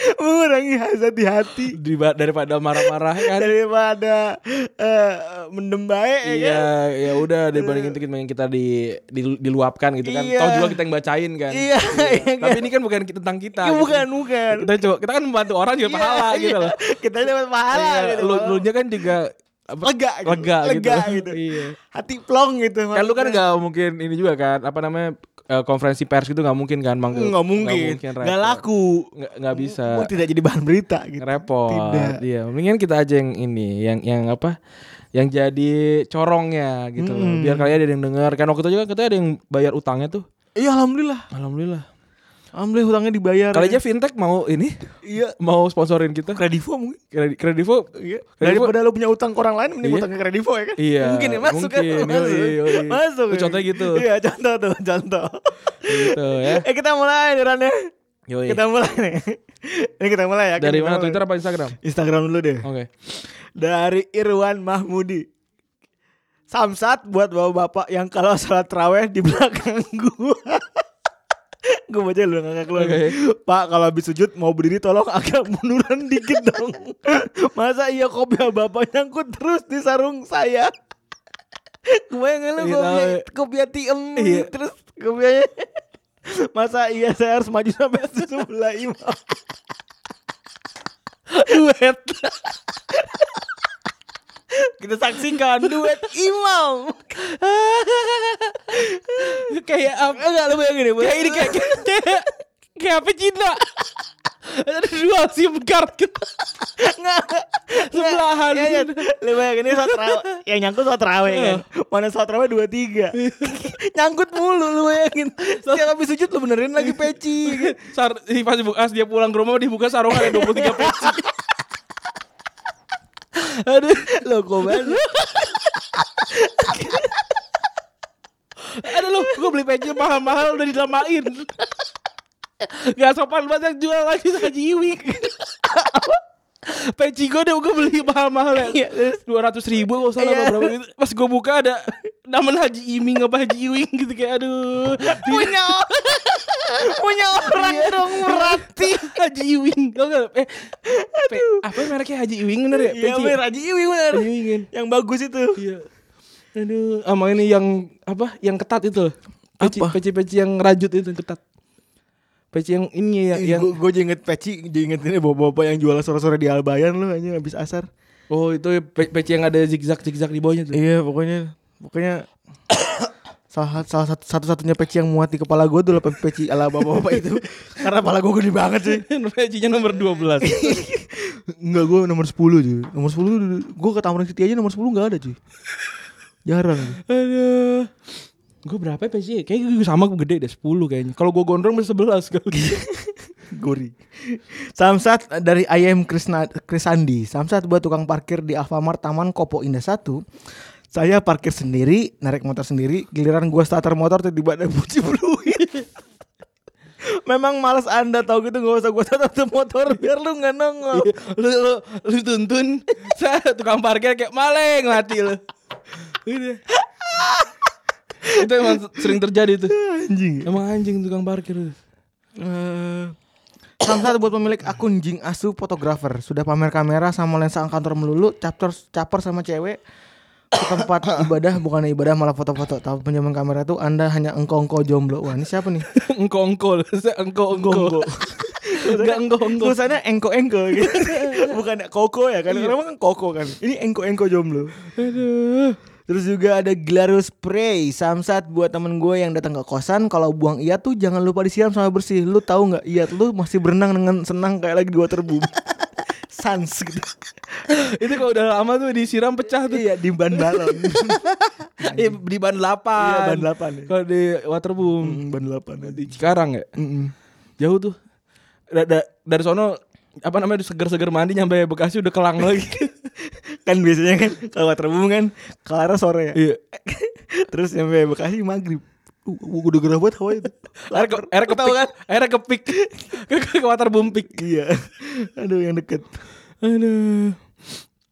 [SPEAKER 2] mengurangi hasrat di hati
[SPEAKER 3] Diba- daripada marah-marah kan
[SPEAKER 2] daripada eh mendem baik ya
[SPEAKER 3] Iya,
[SPEAKER 2] kan?
[SPEAKER 3] ya udah dibandingin kita kita di, di- diluapkan gitu kan.
[SPEAKER 2] Iya.
[SPEAKER 3] Tahu juga kita yang bacain kan.
[SPEAKER 2] Iya, iya kan?
[SPEAKER 3] Tapi ini kan bukan kita- tentang kita.
[SPEAKER 2] Iya,
[SPEAKER 3] gitu.
[SPEAKER 2] bukan bukan
[SPEAKER 3] Kita coba kita kan membantu orang juga pahala
[SPEAKER 2] Iya,
[SPEAKER 3] gitu
[SPEAKER 2] iya.
[SPEAKER 3] loh.
[SPEAKER 2] kita dapat pahala
[SPEAKER 3] Iya,
[SPEAKER 2] gitu
[SPEAKER 3] lu
[SPEAKER 2] loh.
[SPEAKER 3] lu nya kan juga apa,
[SPEAKER 2] lega gitu.
[SPEAKER 3] lega,
[SPEAKER 2] lega
[SPEAKER 3] gitu.
[SPEAKER 2] gitu.
[SPEAKER 3] Iya.
[SPEAKER 2] hati plong gitu
[SPEAKER 3] Kan lu kan
[SPEAKER 2] maksudnya.
[SPEAKER 3] nggak mungkin ini juga kan, apa namanya eh, konferensi pers gitu nggak mungkin kan manggil.
[SPEAKER 2] nggak mungkin
[SPEAKER 3] repot.
[SPEAKER 2] nggak laku
[SPEAKER 3] Nggak nggak bisa.
[SPEAKER 2] Mau tidak jadi bahan berita gitu
[SPEAKER 3] repot.
[SPEAKER 2] Tidak.
[SPEAKER 3] Iya, mendingan kita aja yang ini, yang yang apa? Yang jadi corongnya gitu loh.
[SPEAKER 2] Hmm.
[SPEAKER 3] Biar kalian ada yang denger. Kan waktu itu juga kita ada yang bayar utangnya tuh.
[SPEAKER 2] iya alhamdulillah
[SPEAKER 3] Alhamdulillah.
[SPEAKER 2] alhamdulillah hutangnya dibayar ya.
[SPEAKER 3] Kalau aja fintech mau ini
[SPEAKER 2] iya
[SPEAKER 3] mau sponsorin kita.
[SPEAKER 2] kredivo mungkin
[SPEAKER 3] Kredi- Kredivo.
[SPEAKER 2] Iya.
[SPEAKER 3] Kredivo-
[SPEAKER 2] Daripada lo punya utang ke orang lain mending
[SPEAKER 3] Iya.
[SPEAKER 2] utang ke kredivo ya kan?
[SPEAKER 3] Iya,
[SPEAKER 2] Mungkin ya masuk
[SPEAKER 3] mungkin.
[SPEAKER 2] kan? Masuk.
[SPEAKER 3] Yoi, yoi.
[SPEAKER 2] Masuk.
[SPEAKER 3] Tuh, contohnya gitu.
[SPEAKER 2] Iya, contoh tuh, contoh.
[SPEAKER 3] Gitu ya.
[SPEAKER 2] eh kita mulai nih Ran ya.
[SPEAKER 3] Yoi.
[SPEAKER 2] Kita mulai nih. Ini kita mulai ya.
[SPEAKER 3] Dari
[SPEAKER 2] kita
[SPEAKER 3] mana
[SPEAKER 2] mulai.
[SPEAKER 3] Twitter apa Instagram?
[SPEAKER 2] Instagram dulu deh.
[SPEAKER 3] Oke.
[SPEAKER 2] Dari Irwan Mahmudi. Samsat buat bapak-bapak yang kalau sholat terawih di belakang gua. gue baca lu ngakak lu.
[SPEAKER 3] Oke.
[SPEAKER 2] Pak kalau habis sujud mau berdiri tolong agak munduran dikit dong. Masa iya kopi bapak nyangkut terus di sarung saya. Kebayang lu
[SPEAKER 3] Iya,
[SPEAKER 2] kopi
[SPEAKER 3] tahu, ya.
[SPEAKER 2] kopi tiem
[SPEAKER 3] Iya.
[SPEAKER 2] terus kopinya. Masa iya saya harus maju sampai sebelah imam. Duet. Kita saksikan duet imam.
[SPEAKER 3] kayak apa?
[SPEAKER 2] Enggak lu bayangin ya.
[SPEAKER 3] Kayak ini kayak kayak kayak apa Cina? Ada dua SIM card gitu.
[SPEAKER 2] Nggak.
[SPEAKER 3] Sebelahan. Iya.
[SPEAKER 2] Iya, iya. Lu bayangin ini sholat terawih. Yang nyangkut sholat terawih kan. Mana sholat terawih dua tiga. nyangkut mulu lu bayangin. Setiap habis sujud lu benerin lagi peci.
[SPEAKER 3] Sar, pas dibuka, pas dia pulang ke rumah dibuka sarung ada 23 peci.
[SPEAKER 2] Aduh, lo kok banget.
[SPEAKER 3] Ada lu, gue beli peci mahal-mahal udah dilamain. Gak sopan banget yang jual lagi sama Jiwi. peci gue udah gue beli mahal-mahal ya.
[SPEAKER 2] Iya, terus?
[SPEAKER 3] Dua ratus ribu gak salah
[SPEAKER 2] Iya.
[SPEAKER 3] apa berapa gitu. Pas gue buka ada Namen Haji Iming apa Haji Iwing gitu kayak aduh.
[SPEAKER 2] Punya punya orang
[SPEAKER 3] Iya.
[SPEAKER 2] dong
[SPEAKER 3] Berarti Haji Iwing tau gak? Eh, pe, apa mereknya Haji Iwing bener ya?
[SPEAKER 2] Iya
[SPEAKER 3] Peci ya?
[SPEAKER 2] bener Haji Iwi bener
[SPEAKER 3] Haji Iwing kan?
[SPEAKER 2] Yang bagus itu
[SPEAKER 3] Iya. Aduh, sama ini yang apa? Yang ketat itu. Peci,
[SPEAKER 2] Apa?
[SPEAKER 3] Peci-peci yang rajut itu yang ketat. Peci yang ini ya, yang
[SPEAKER 2] Gue inget peci Gue inget ini bapak-bapak yang jual sore-sore di Albayan lu aja habis asar
[SPEAKER 3] oh itu ya, pe- peci yang ada zigzag zigzag di bawahnya tuh.
[SPEAKER 2] Iya pokoknya Pokoknya salah, salah satu, satu-satunya peci yang muat di kepala gue tuh lah peci ala bapak-bapak itu Karena kepala gue gede banget sih
[SPEAKER 3] Pecinya nomor 12.
[SPEAKER 2] Enggak gue nomor 10 cuy Nomor 10 Gue ke Tamrin City aja nomor 10 gak ada cuy Jarang
[SPEAKER 3] Aduh. Gue berapa ya peci? Kayaknya gue sama gue gede deh 10 kayaknya. Kalau gue gondrong masih 11 kali.
[SPEAKER 2] Gori. Samsat eh, dari IM Krisna Krisandi. Samsat buat tukang parkir di Alfamart Taman Kopo Indah 1. Saya parkir sendiri, narik motor sendiri, giliran gua starter motor tiba-tiba ada buci peluit. Memang males anda tau gitu gak usah gua starter tuh motor biar lu gak nongol.
[SPEAKER 3] lu, lu, lu tuntun saya tukang parkir kayak maling mati lu. Udah. itu emang sering terjadi tuh.
[SPEAKER 2] Anjing.
[SPEAKER 3] Emang anjing tukang parkir tuh.
[SPEAKER 2] Eh, Samsat buat pemilik akun Jing Asu fotografer sudah pamer kamera sama lensa kantor melulu, caper caper sama cewek ke tempat ibadah bukan ibadah malah foto-foto tapi pinjaman kamera tuh anda hanya engkong-engkong jomblo wah ini siapa nih
[SPEAKER 3] engko-engko loh. Saya engko-engko. Enggak engko-engko.
[SPEAKER 2] tulisannya engko-engko gitu bukan koko ya kan Karena emang kan koko kan ini engko-engko jomblo
[SPEAKER 3] Aduh.
[SPEAKER 2] Terus juga ada Glarus Spray Samsat buat temen gue yang datang ke kosan Kalau buang iat tuh jangan lupa disiram sama bersih Lu tahu gak iat lu masih berenang dengan senang kayak lagi di waterboom Sans gitu
[SPEAKER 3] Itu kalau udah lama tuh disiram pecah tuh.
[SPEAKER 2] Iya di ban balon
[SPEAKER 3] Eh, di ban 8.
[SPEAKER 2] Iya, ban 8 ya.
[SPEAKER 3] Kalau di Waterboom
[SPEAKER 2] Hmm, Ban delapan
[SPEAKER 3] di Cikarang ya. Jauh tuh. Da- da- dari sono apa namanya seger-seger mandi nyampe Bekasi udah kelang lagi.
[SPEAKER 2] Kan biasanya kan kalau waterboom kan Kelar sore ya
[SPEAKER 3] Iya.
[SPEAKER 2] Terus nyampe Bekasi maghrib Uh, Udah gerah banget hawa itu
[SPEAKER 3] Air ke air ke kan? Air ke pik. Ke ke, ke Waterboom pik.
[SPEAKER 2] Iya Aduh yang deket
[SPEAKER 3] Aduh.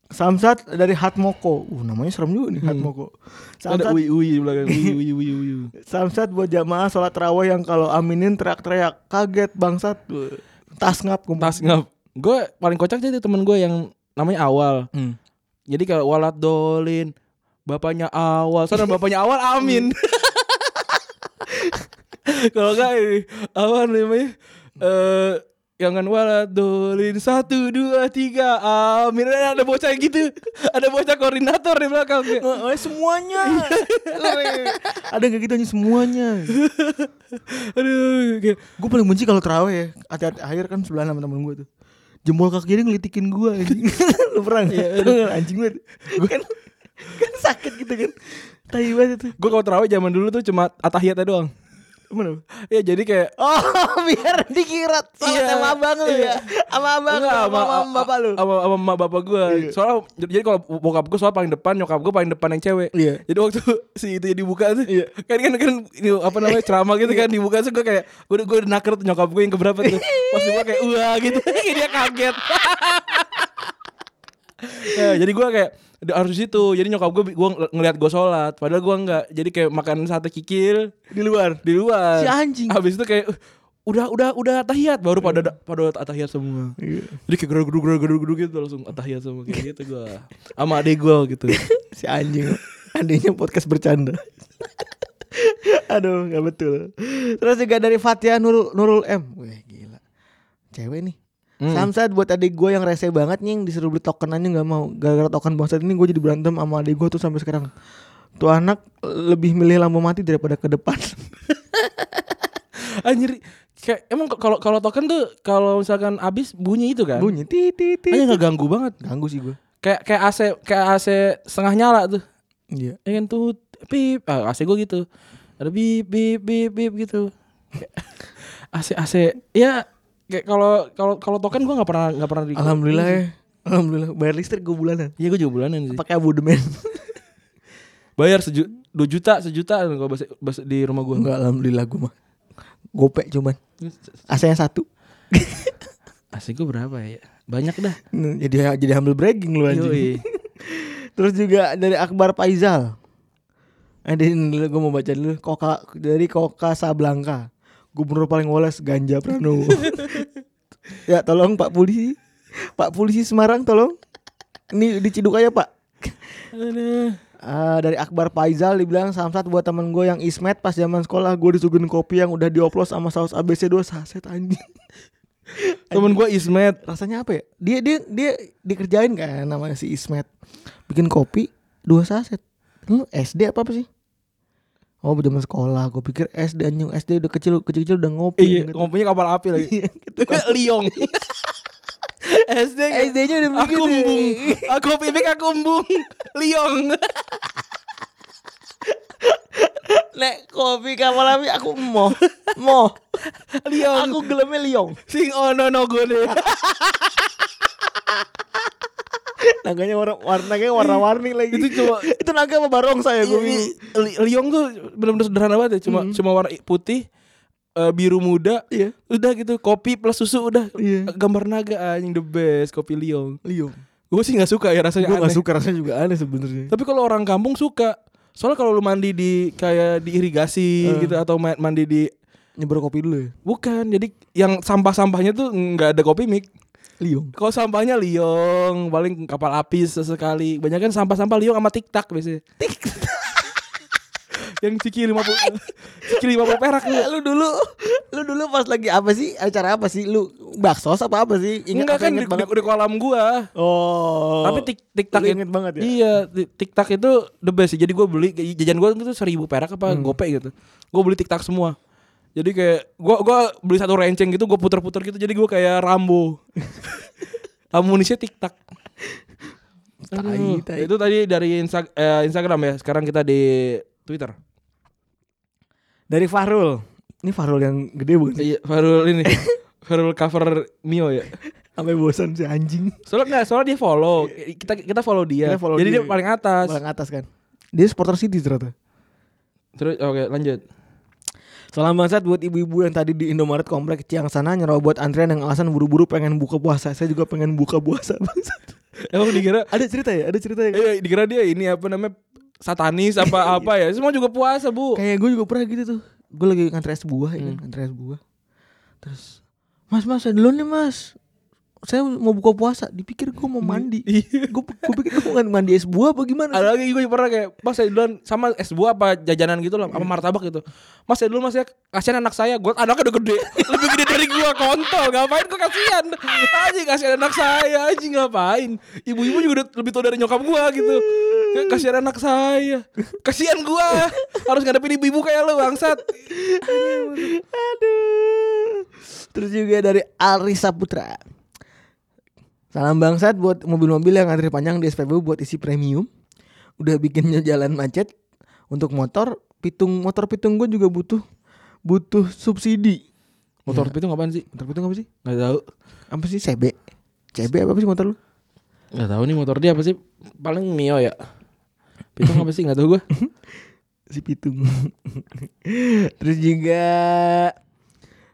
[SPEAKER 2] Samsat dari Hatmoko Uh namanya serem juga nih Hatmoko
[SPEAKER 3] Ada
[SPEAKER 2] Samsat
[SPEAKER 3] uyi-uyi di belakang. Uyi-uyi uyi-uyi.
[SPEAKER 2] Samsat buat jamaah sholat terawih yang kalau aminin teriak-teriak kaget bangsat tas ngap kumpul.
[SPEAKER 3] Tas ngap. gue paling kocak jadi temen gue yang namanya Awal.
[SPEAKER 4] Hmm.
[SPEAKER 3] Jadi kalau walat dolin bapaknya awal, sana bapaknya awal amin. kalau enggak ini awal namanya eh jangan walat dolin satu dua tiga amin Eh, ada bocah yang gitu ada bocah koordinator di belakang kayak,
[SPEAKER 4] Eh, semuanya. Ada nggak gitu anjing, semuanya.
[SPEAKER 3] aduh kayak,
[SPEAKER 4] Gue paling benci kalau terawih ya. Hati-hati akhir kan sebelah sama temen gue tuh. Jempol kaki kiri ngelitikin gue anjing. Lu pernah nggak? Tau nggak, anjing banget. Gue kan, kan sakit gitu kan. Tai banget itu.
[SPEAKER 3] gue kalau terawih zaman dulu tuh cuma atahiyatnya doang
[SPEAKER 4] Mana?
[SPEAKER 3] ya jadi kayak
[SPEAKER 4] Oh, biar dikira salat
[SPEAKER 3] Iya,
[SPEAKER 4] sama abang lu
[SPEAKER 3] iya.
[SPEAKER 4] ya. Sama abang lu,
[SPEAKER 3] Enggak,
[SPEAKER 4] sama, sama bapak lu.
[SPEAKER 3] Sama sama emak bapak gue.
[SPEAKER 4] Iya.
[SPEAKER 3] Soalnya jadi kalau bokap gue soal paling depan, nyokap gue paling depan yang cewek.
[SPEAKER 4] Iya.
[SPEAKER 3] Jadi waktu si itu dibuka tuh, kan kan kan ini apa namanya ceramah gitu
[SPEAKER 4] Iya.
[SPEAKER 3] kan dibuka tuh gue kayak gue gue udah naker tuh nyokap gue yang keberapa tuh. Pas gue kayak wah gitu, kayak dia kaget. Ya, jadi gue kayak di- harus di situ. Jadi nyokap gue gue ngeliat gue sholat, padahal gue enggak. Jadi kayak makan sate kikil
[SPEAKER 4] Di luar.
[SPEAKER 3] di luar.
[SPEAKER 4] Si anjing. Iya.
[SPEAKER 3] Habis itu kayak "Uh, udah udah udah tahiyat baru pada pada tahiyat semua. Jadi kayak geruduk geruduk geruduk geruduk gitu langsung tahiyat semua kayak gitu gua. Sama adik gua gitu.
[SPEAKER 4] si anjing adanya podcast bercanda aduh nggak betul terus juga dari Fatia Nurul Nurul M Wih, gila cewek nih Samsat buat adik gue yang rese banget nih yang disuruh beli token aja nggak mau gara-gara token bangsat ini gue jadi berantem sama adik gue tuh sampai sekarang tuh anak lebih milih lampu mati daripada ke depan
[SPEAKER 3] Anjir kayak emang kalau kalau token tuh kalau misalkan habis bunyi itu kan.
[SPEAKER 4] bunyi titit
[SPEAKER 3] Anjir nggak ganggu banget.
[SPEAKER 4] ganggu sih gue
[SPEAKER 3] Kayak kayak AC kayak AC setengah nyala tuh.
[SPEAKER 4] iya
[SPEAKER 3] Ya kan tuh pip ah, AC gua gitu. Ada bip bip bip bip gitu. Kayak AC AC ya kayak kalau kalau kalau token gua nggak pernah nggak pernah di
[SPEAKER 4] alhamdulillah ya alhamdulillah bayar listrik gue bulanan
[SPEAKER 3] Iya gue juga bulanan sih.
[SPEAKER 4] pakai abodemen
[SPEAKER 3] Bayar seju 2 juta, sejuta kalau bahasa, bahasa di rumah gue.
[SPEAKER 4] enggak alhamdulillah gue mah gopek cuman AC-nya satu
[SPEAKER 3] Asli gue berapa ya? Banyak dah.
[SPEAKER 4] Hmm, Jadi jadi humble bragging lu
[SPEAKER 3] Yoi.
[SPEAKER 4] anjing. Terus juga dari Akbar Faizal. Eh dari dulu gue mau baca dulu Koka dari Koka Sablangka. Gubernur paling woles Ganja Pranowo. ya tolong Pak Polisi. Pak Polisi Semarang tolong. Ini diciduk aja Pak.
[SPEAKER 3] Aduh.
[SPEAKER 4] Ah, dari Akbar Faizal dibilang Samsat buat temen gue yang Ismet pas zaman sekolah gue disuguhin kopi yang udah dioplos sama saus ABC 2 saset anjing.
[SPEAKER 3] Temen gue Ismet.
[SPEAKER 4] rasanya apa ya? Dia dia dia dikerjain kan namanya si Ismet. Bikin kopi dua saset. Lu SD apa apa sih? Oh, zaman sekolah. Gue pikir SD anjing SD udah kecil kecil kecil udah
[SPEAKER 3] Iya,
[SPEAKER 4] ngopi.
[SPEAKER 3] ngopinya kapal api lagi. Liong. SD kayak,
[SPEAKER 4] SD-nya udah
[SPEAKER 3] Aku
[SPEAKER 4] begitu.
[SPEAKER 3] embung. Aku pipik aku embung. Liong.
[SPEAKER 4] Nek kopi kapal api aku mau mau.
[SPEAKER 3] Liong.
[SPEAKER 4] Aku gelemnya liong.
[SPEAKER 3] Sing ono no gone.
[SPEAKER 4] Naganya warna warnanya warna-warni lagi.
[SPEAKER 3] Itu cuma-
[SPEAKER 4] itu naga apa barong saya
[SPEAKER 3] Iya.
[SPEAKER 4] gue. bingung.
[SPEAKER 3] Li- Liong tuh benar-benar sederhana banget ya. Cuma cuma warna putih, eh, biru muda.
[SPEAKER 4] Iya.
[SPEAKER 3] Udah gitu, kopi plus susu udah.
[SPEAKER 4] Iya.
[SPEAKER 3] Gambar naga anjing the best, kopi Liong.
[SPEAKER 4] Liong.
[SPEAKER 3] Gue sih nggak suka ya rasanya
[SPEAKER 4] Gue
[SPEAKER 3] aneh.
[SPEAKER 4] gak suka rasanya juga aneh sebenarnya.
[SPEAKER 3] Tapi kalau orang kampung suka. Soalnya kalau lu mandi di kayak di irigasi gitu atau ma- mandi di
[SPEAKER 4] Nyebar kopi dulu ya.
[SPEAKER 3] bukan. Jadi yang sampah-sampahnya tuh nggak ada kopi mik.
[SPEAKER 4] Liong.
[SPEAKER 3] Kalau sampahnya liong, paling kapal api sesekali. Banyak kan sampah-sampah liong sama tiktak biasanya. yang ciki 50 ciki 50 perak lu.
[SPEAKER 4] Eh, lu dulu lu dulu pas lagi apa sih acara apa sih lu bakso apa apa sih
[SPEAKER 3] Enggak
[SPEAKER 4] aku
[SPEAKER 3] kan di, di, di kolam gua.
[SPEAKER 4] oh
[SPEAKER 3] Tapi tik tiktak
[SPEAKER 4] Lu
[SPEAKER 3] it-
[SPEAKER 4] inget banget ya?
[SPEAKER 3] Iya, ti- tiktak itu the best. sih. Jadi gue beli jajan gue itu seribu perak
[SPEAKER 4] Hmm.
[SPEAKER 3] apa gopay gitu. Gue beli tiktak semua. Jadi kayak gue gua beli satu renceng gitu, gue puter-puter gitu. Jadi gue kayak Rambo. Amunisinya tiktak.
[SPEAKER 4] Tai,
[SPEAKER 3] Aduh,
[SPEAKER 4] tai.
[SPEAKER 3] Itu tadi dari Insta- eh, Instagram ya. Sekarang kita di Twitter.
[SPEAKER 4] dari Farul ini Farul yang gede bukan sih
[SPEAKER 3] Iya, Farul ini. Farul cover Mio ya.
[SPEAKER 4] sampai bosan si anjing
[SPEAKER 3] Soalnya enggak, soalnya dia follow. Kita kita follow dia.
[SPEAKER 4] Kita follow
[SPEAKER 3] Jadi dia,
[SPEAKER 4] dia.
[SPEAKER 3] paling atas.
[SPEAKER 4] paling atas kan dia supporter City ternyata
[SPEAKER 3] Terus oke, lanjut.
[SPEAKER 4] Salam bangsat buat ibu-ibu yang tadi di Indomaret komplek Ciang sana nyerobot antrean yang alasan buru-buru pengen buka puasa. Saya juga pengen buka puasa bangsat.
[SPEAKER 3] Emang dikira
[SPEAKER 4] Ada cerita ya? Ada cerita ya?
[SPEAKER 3] Eh, dikira dia ini apa namanya satanis apa apa ya. Semua juga puasa, Bu.
[SPEAKER 4] Kayak gue juga pernah gitu tuh. Gue lagi Hmm. ngantre es buah, ya kan, ngantre es buah. Terus, mas mas saya duluan nih mas. saya mau buka puasa dipikir gue mau mandi gue gue pikir gue kan mandi es buah apa gimana
[SPEAKER 3] Ada lagi gue pernah kayak Mas saya duluan sama es buah apa jajanan gitu loh Apa martabak gitu Mas saya duluan mas ya kasihan anak saya Gue anaknya udah gede Lebih gede dari gue kontol Ngapain gue kasihan Anjing kasihan anak saya Anjing ngapain Ibu-ibu juga udah lebih tua dari nyokap gue gitu Ya, Kasihan anak saya Kasihan gue Harus ngadepin ibu-ibu kayak lo bangsat
[SPEAKER 4] Aduh. Terus juga dari Arisa Putra. Salam bangsat buat mobil-mobil yang antri panjang di SPBU buat isi premium. Udah bikinnya jalan macet. Untuk motor, pitung motor pitung gue juga butuh butuh subsidi.
[SPEAKER 3] Motor itu ngapain sih?
[SPEAKER 4] Motor pitung apa sih?
[SPEAKER 3] Gak tau
[SPEAKER 4] Iya. Apa sih CB? CB apa, apa sih motor lu?
[SPEAKER 3] Gak tau nih motor dia apa sih Paling Mio ya Pitung apa sih gak tau gue
[SPEAKER 4] Si pitung. Terus juga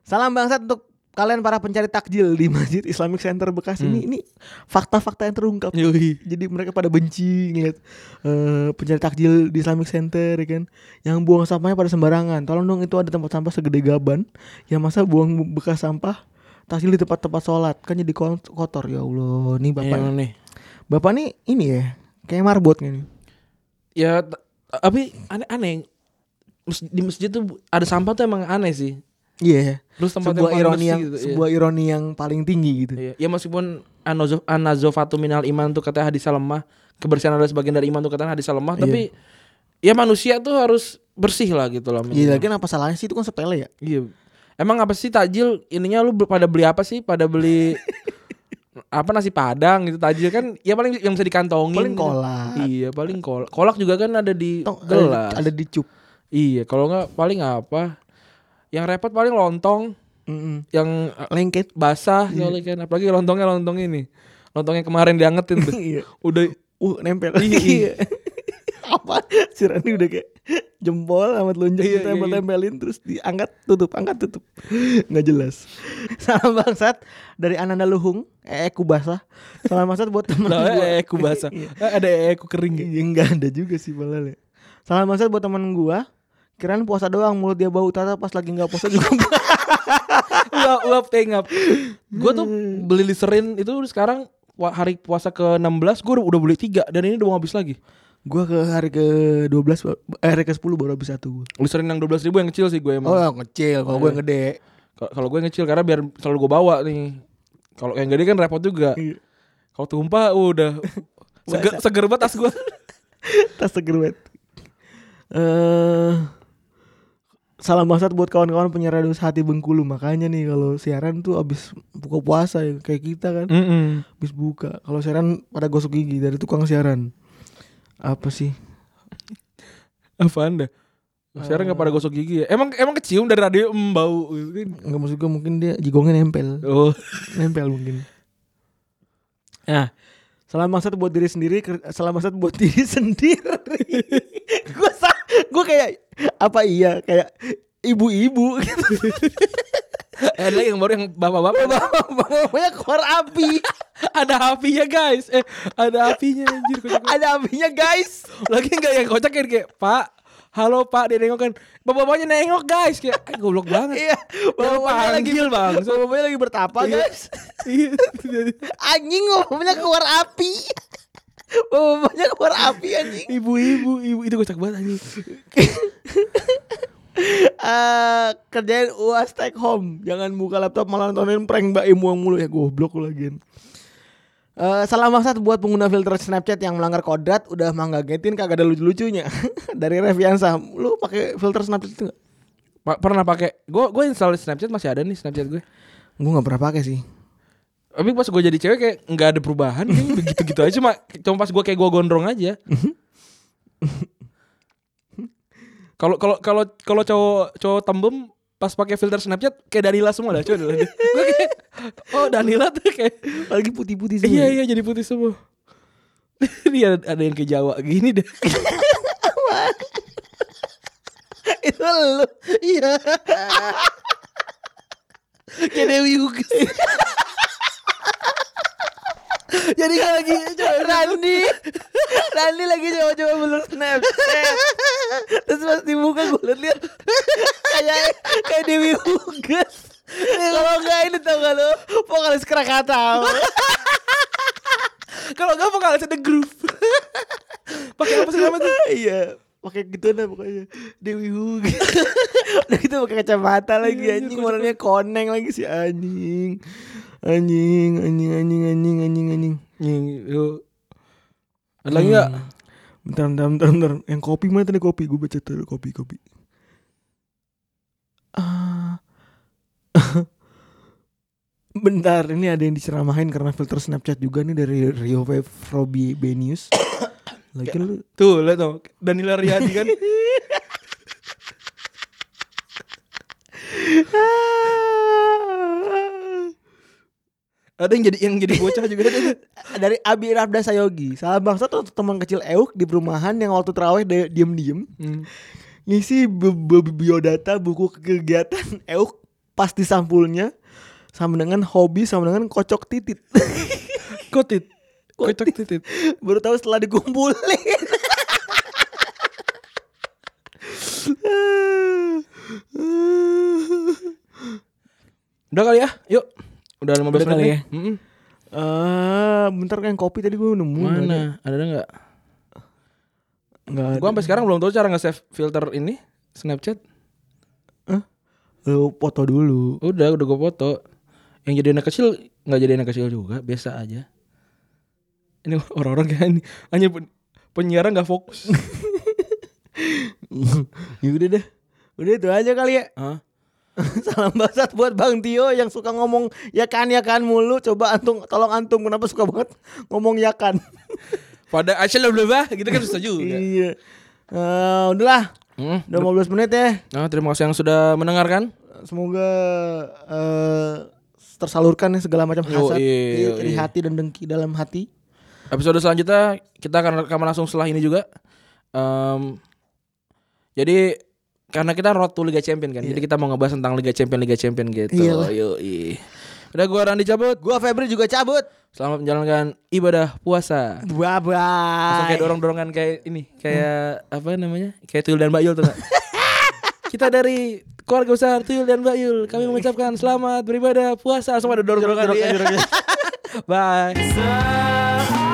[SPEAKER 4] salam bangsat untuk kalian para pencari takjil di Masjid Islamic Center Bekasi ini ini fakta-fakta yang terungkap.
[SPEAKER 3] Hmm. Yoi
[SPEAKER 4] jadi mereka pada benci ngeliat eh, pencari takjil di Islamic Center ya kan yang buang sampahnya pada sembarangan tolong dong itu ada tempat sampah segede gaban yang masa buang bekas sampah takjil di tempat-tempat sholat kan jadi kon- kotor ya Allah nih bapak
[SPEAKER 3] Iya nih
[SPEAKER 4] bapak nih ini ya kayak marbot nih
[SPEAKER 3] ya t- tapi aneh-aneh Mes- di masjid tuh ada sampah tuh emang aneh sih
[SPEAKER 4] iya
[SPEAKER 3] terus tempat yang
[SPEAKER 4] sebuah
[SPEAKER 3] paling
[SPEAKER 4] ironi
[SPEAKER 3] bersih
[SPEAKER 4] yang
[SPEAKER 3] gitu, iya.
[SPEAKER 4] sebuah ironi yang paling tinggi gitu
[SPEAKER 3] Iya. ya meskipun anazo- anazofatu minal iman tuh katanya hadis lemah kebersihan adalah sebagian dari iman tuh katanya hadis lemah tapi ya manusia tuh harus bersih lah gitu loh minimal.
[SPEAKER 4] Iya, lagi apa salahnya sih itu kan sepele ya?
[SPEAKER 3] Iya. emang apa sih takjil ininya lu ber- pada beli apa sih pada beli apa nasi padang gitu takjil kan ya paling yang bisa dikantongin
[SPEAKER 4] Paling
[SPEAKER 3] gitu.
[SPEAKER 4] kolak.
[SPEAKER 3] iya paling kolak kolak juga kan ada di
[SPEAKER 4] Tong-
[SPEAKER 3] gelas
[SPEAKER 4] Ada, ada di cup.
[SPEAKER 3] Iya, kalau nggak paling apa? Yang repot paling lontong
[SPEAKER 4] Mm-mm.
[SPEAKER 3] yang eh,
[SPEAKER 4] Lengket.
[SPEAKER 3] basah
[SPEAKER 4] Iya.
[SPEAKER 3] kali kan. Apalagi lontongnya lontong ini. Lontongnya kemarin diangetin tuh.
[SPEAKER 4] Iya.
[SPEAKER 3] Udah
[SPEAKER 4] uh nempel
[SPEAKER 3] Iya, iya.
[SPEAKER 4] apa si Randy udah kayak jempol sama telunjuk
[SPEAKER 3] Iya, iya,
[SPEAKER 4] ditempel
[SPEAKER 3] iya.
[SPEAKER 4] tempelin terus diangkat tutup angkat tutup nggak jelas salam bangsat dari Ananda Luhung eh kubasa salam bangsat buat teman
[SPEAKER 3] nah,
[SPEAKER 4] gua
[SPEAKER 3] eh, aku basah. Eh, ada eh, aku kering.
[SPEAKER 4] Iya, nggak ada juga sih malah ya. salam bangsat buat teman gua Kirain puasa doang mulut dia bau tata pas lagi nggak puasa juga
[SPEAKER 3] Uap, uap Hmm. tengap. Gua tuh beli liserin itu sekarang wa- hari puasa ke-16 gua udah- udah beli 3 dan ini udah mau habis lagi.
[SPEAKER 4] Gua ke hari ke 12 ba- eh, hari ke 10 baru habis satu
[SPEAKER 3] Liserin yang 12 ribu yang kecil sih gue
[SPEAKER 4] Oh
[SPEAKER 3] emang.
[SPEAKER 4] yang kecil kalau gue yang gede
[SPEAKER 3] Kalau- Kalau gue yang kecil karena biar selalu gue bawa nih. Kalau yang gede kan repot juga.
[SPEAKER 4] Iya.
[SPEAKER 3] Kalau tumpah udah seger, seger banget tas gue.
[SPEAKER 4] Tas seger banget. Eh, salam bangsat buat kawan-kawan punya radius hati Bengkulu. Makanya nih kalau siaran tuh abis buka puasa ya kayak kita kan.
[SPEAKER 3] Mm-mm.
[SPEAKER 4] Abis buka. Kalau siaran pada gosok gigi dari tukang siaran. Apa sih?
[SPEAKER 3] Apa anda? Sekarang nggak pada gosok gigi ya? Emang emang kecium dari radio mm, bau gitu kan?
[SPEAKER 4] Enggak maksud gue mungkin dia jigongnya nempel.
[SPEAKER 3] Oh.
[SPEAKER 4] Nempel mungkin. Nah, salam bangsat buat diri sendiri, ker- salam bangsat buat diri sendiri. gue sa, gue kayak apa iya kayak ibu-ibu gitu.
[SPEAKER 3] Ada yang baru yang bapak-bapak
[SPEAKER 4] Bapaknya keluar api
[SPEAKER 3] ada apinya guys. Eh ada apinya anjir. kocak.
[SPEAKER 4] Ada apinya guys
[SPEAKER 3] Lagi nggak yang kocak kayak, kayak Pak. Halo Pak, dia nengok kan. Bapak-bapaknya nengok guys. Kayak "Ay, goblok banget.
[SPEAKER 4] Iya
[SPEAKER 3] Jangan panggil, Bang.
[SPEAKER 4] Bapaknya lagi bertapa guys
[SPEAKER 3] Iya.
[SPEAKER 4] Anjing bapaknya keluar api Bapaknya keluar api anjing
[SPEAKER 3] Ibu-ibu, ibu itu kocak banget anjing.
[SPEAKER 4] Eh, Kerjain uas take home Jangan buka laptop malah nontonin prank mbak Imu yang mulu Ya goblok lu lagian Eh, salam maksat buat pengguna filter Snapchat yang melanggar kodrat udah manggagetin kagak ada lucu-lucunya dari Reviansa. Lu pakai filter Snapchat itu gak?
[SPEAKER 3] Pa- pernah pakai? Gue gue install Snapchat masih ada nih Snapchat gue.
[SPEAKER 4] Gue gak pernah pakai sih.
[SPEAKER 3] Tapi pas gue jadi cewek kayak nggak ada perubahan, kayaknya begitu-gitu aja. Cuma cuma pas gue kayak gue gondrong aja. Kalau kalau kalau kalau cowok cowok tembem pas pakai filter Snapchat kayak Danila semua lah coba. Gue kayak oh Danila tuh kayak
[SPEAKER 4] Lagi putih-putih semua.
[SPEAKER 3] iya iya jadi putih semua. Ini ada, ada yang ke Jawa gini deh.
[SPEAKER 4] itu lu iya
[SPEAKER 3] Kayak Dewi Hugus.
[SPEAKER 4] jadi kan lagi Randi Randi lagi coba-coba belur Snapchat terus pas dibuka gue liat kayak kayak Dewi Hugas Kalau enggak ini tau gak lo Vokalis Krakatau
[SPEAKER 3] Kalau enggak vokalis ada groove. Pakai apa sih namanya tuh?
[SPEAKER 4] Iya pakai gitu nah pokoknya Dewi Hu Udah gitu pakai Iya, kacamata lagi anjing Warnanya koneng lagi si anjing Anjing Anjing anjing anjing anjing anjing Anjing lu
[SPEAKER 3] Ada lagi enggak?
[SPEAKER 4] Hmm. Bentar bentar bentar bentar Yang kopi mana tadi kopi Gue baca tuh kopi kopi Ah. Bentar, ini ada yang diceramahin karena filter Snapchat juga nih dari Rio Wave Robi Benius. Lagi lu
[SPEAKER 3] Tuh, lihat dong. Danila Riyadi kan. ada yang jadi yang jadi bocah juga ada. tuh.
[SPEAKER 4] dari Abi Rafda Sayogi salah bangsa tuh teman kecil Euk di perumahan yang waktu terawih dia- diem-diem
[SPEAKER 3] Hmm.
[SPEAKER 4] ngisi bi- bi- biodata buku kegiatan Euk pas di sampulnya sama dengan hobi sama dengan kocok titit
[SPEAKER 3] Kotit. Kocok titit.
[SPEAKER 4] baru tahu setelah dikumpulin
[SPEAKER 3] Udah kali ya? Yuk. Udah 15
[SPEAKER 4] Udah kali
[SPEAKER 3] menit.
[SPEAKER 4] ya?
[SPEAKER 3] nih. Mm-mm.
[SPEAKER 4] Eh, bentar kan kopi tadi gue nemu
[SPEAKER 3] Mana? Hmm, Ada enggak?
[SPEAKER 4] Enggak
[SPEAKER 3] Gua sampai sekarang belum tahu cara nge-save filter ini Snapchat.
[SPEAKER 4] Lu foto dulu.
[SPEAKER 3] Udah, udah gue foto. Yang jadi anak kecil nggak jadi anak kecil juga, biasa aja. Ini orang-orang kayak ini hanya pen- penyiaran nggak fokus.
[SPEAKER 4] ya udah deh. Udah itu aja kali ya.
[SPEAKER 3] Hah?
[SPEAKER 4] Salam basat buat Bang Tio yang suka ngomong ya kan ya kan mulu. Coba antum tolong antum kenapa suka banget ngomong ya kan.
[SPEAKER 3] Pada Aisyah blah blah gitu kan susah juga.
[SPEAKER 4] iya. Eh, udahlah.
[SPEAKER 3] Hmm.
[SPEAKER 4] Udah 15 menit ya.
[SPEAKER 3] Nah, terima kasih yang sudah mendengarkan.
[SPEAKER 4] Semoga eh tersalurkan ya segala macam
[SPEAKER 3] Yo,
[SPEAKER 4] hasad
[SPEAKER 3] iya,
[SPEAKER 4] iri-
[SPEAKER 3] yo,
[SPEAKER 4] iri
[SPEAKER 3] iya.
[SPEAKER 4] hati dan dengki dalam hati.
[SPEAKER 3] Episode selanjutnya kita akan rekaman langsung setelah ini juga. Em, jadi karena kita road to Liga Champion kan. Jadi kita mau ngebahas tentang Liga Champion Liga Champion gitu.
[SPEAKER 4] Iyalah.
[SPEAKER 3] Yoi. Udah gua Randi cabut.
[SPEAKER 4] Gua Febri juga cabut.
[SPEAKER 3] Selamat menjalankan ibadah puasa.
[SPEAKER 4] Bye
[SPEAKER 3] Langsung kayak
[SPEAKER 4] bye.
[SPEAKER 3] dorong-dorongan kayak ini, kayak apa namanya? Kayak Tuyul dan Mbak Yul tuh. Kak. Kita dari keluarga besar Tuyul dan Mbak Yul, kami mengucapkan selamat beribadah puasa. Langsung ada dorong-dorongan. iya. Bye.
[SPEAKER 1] Sun.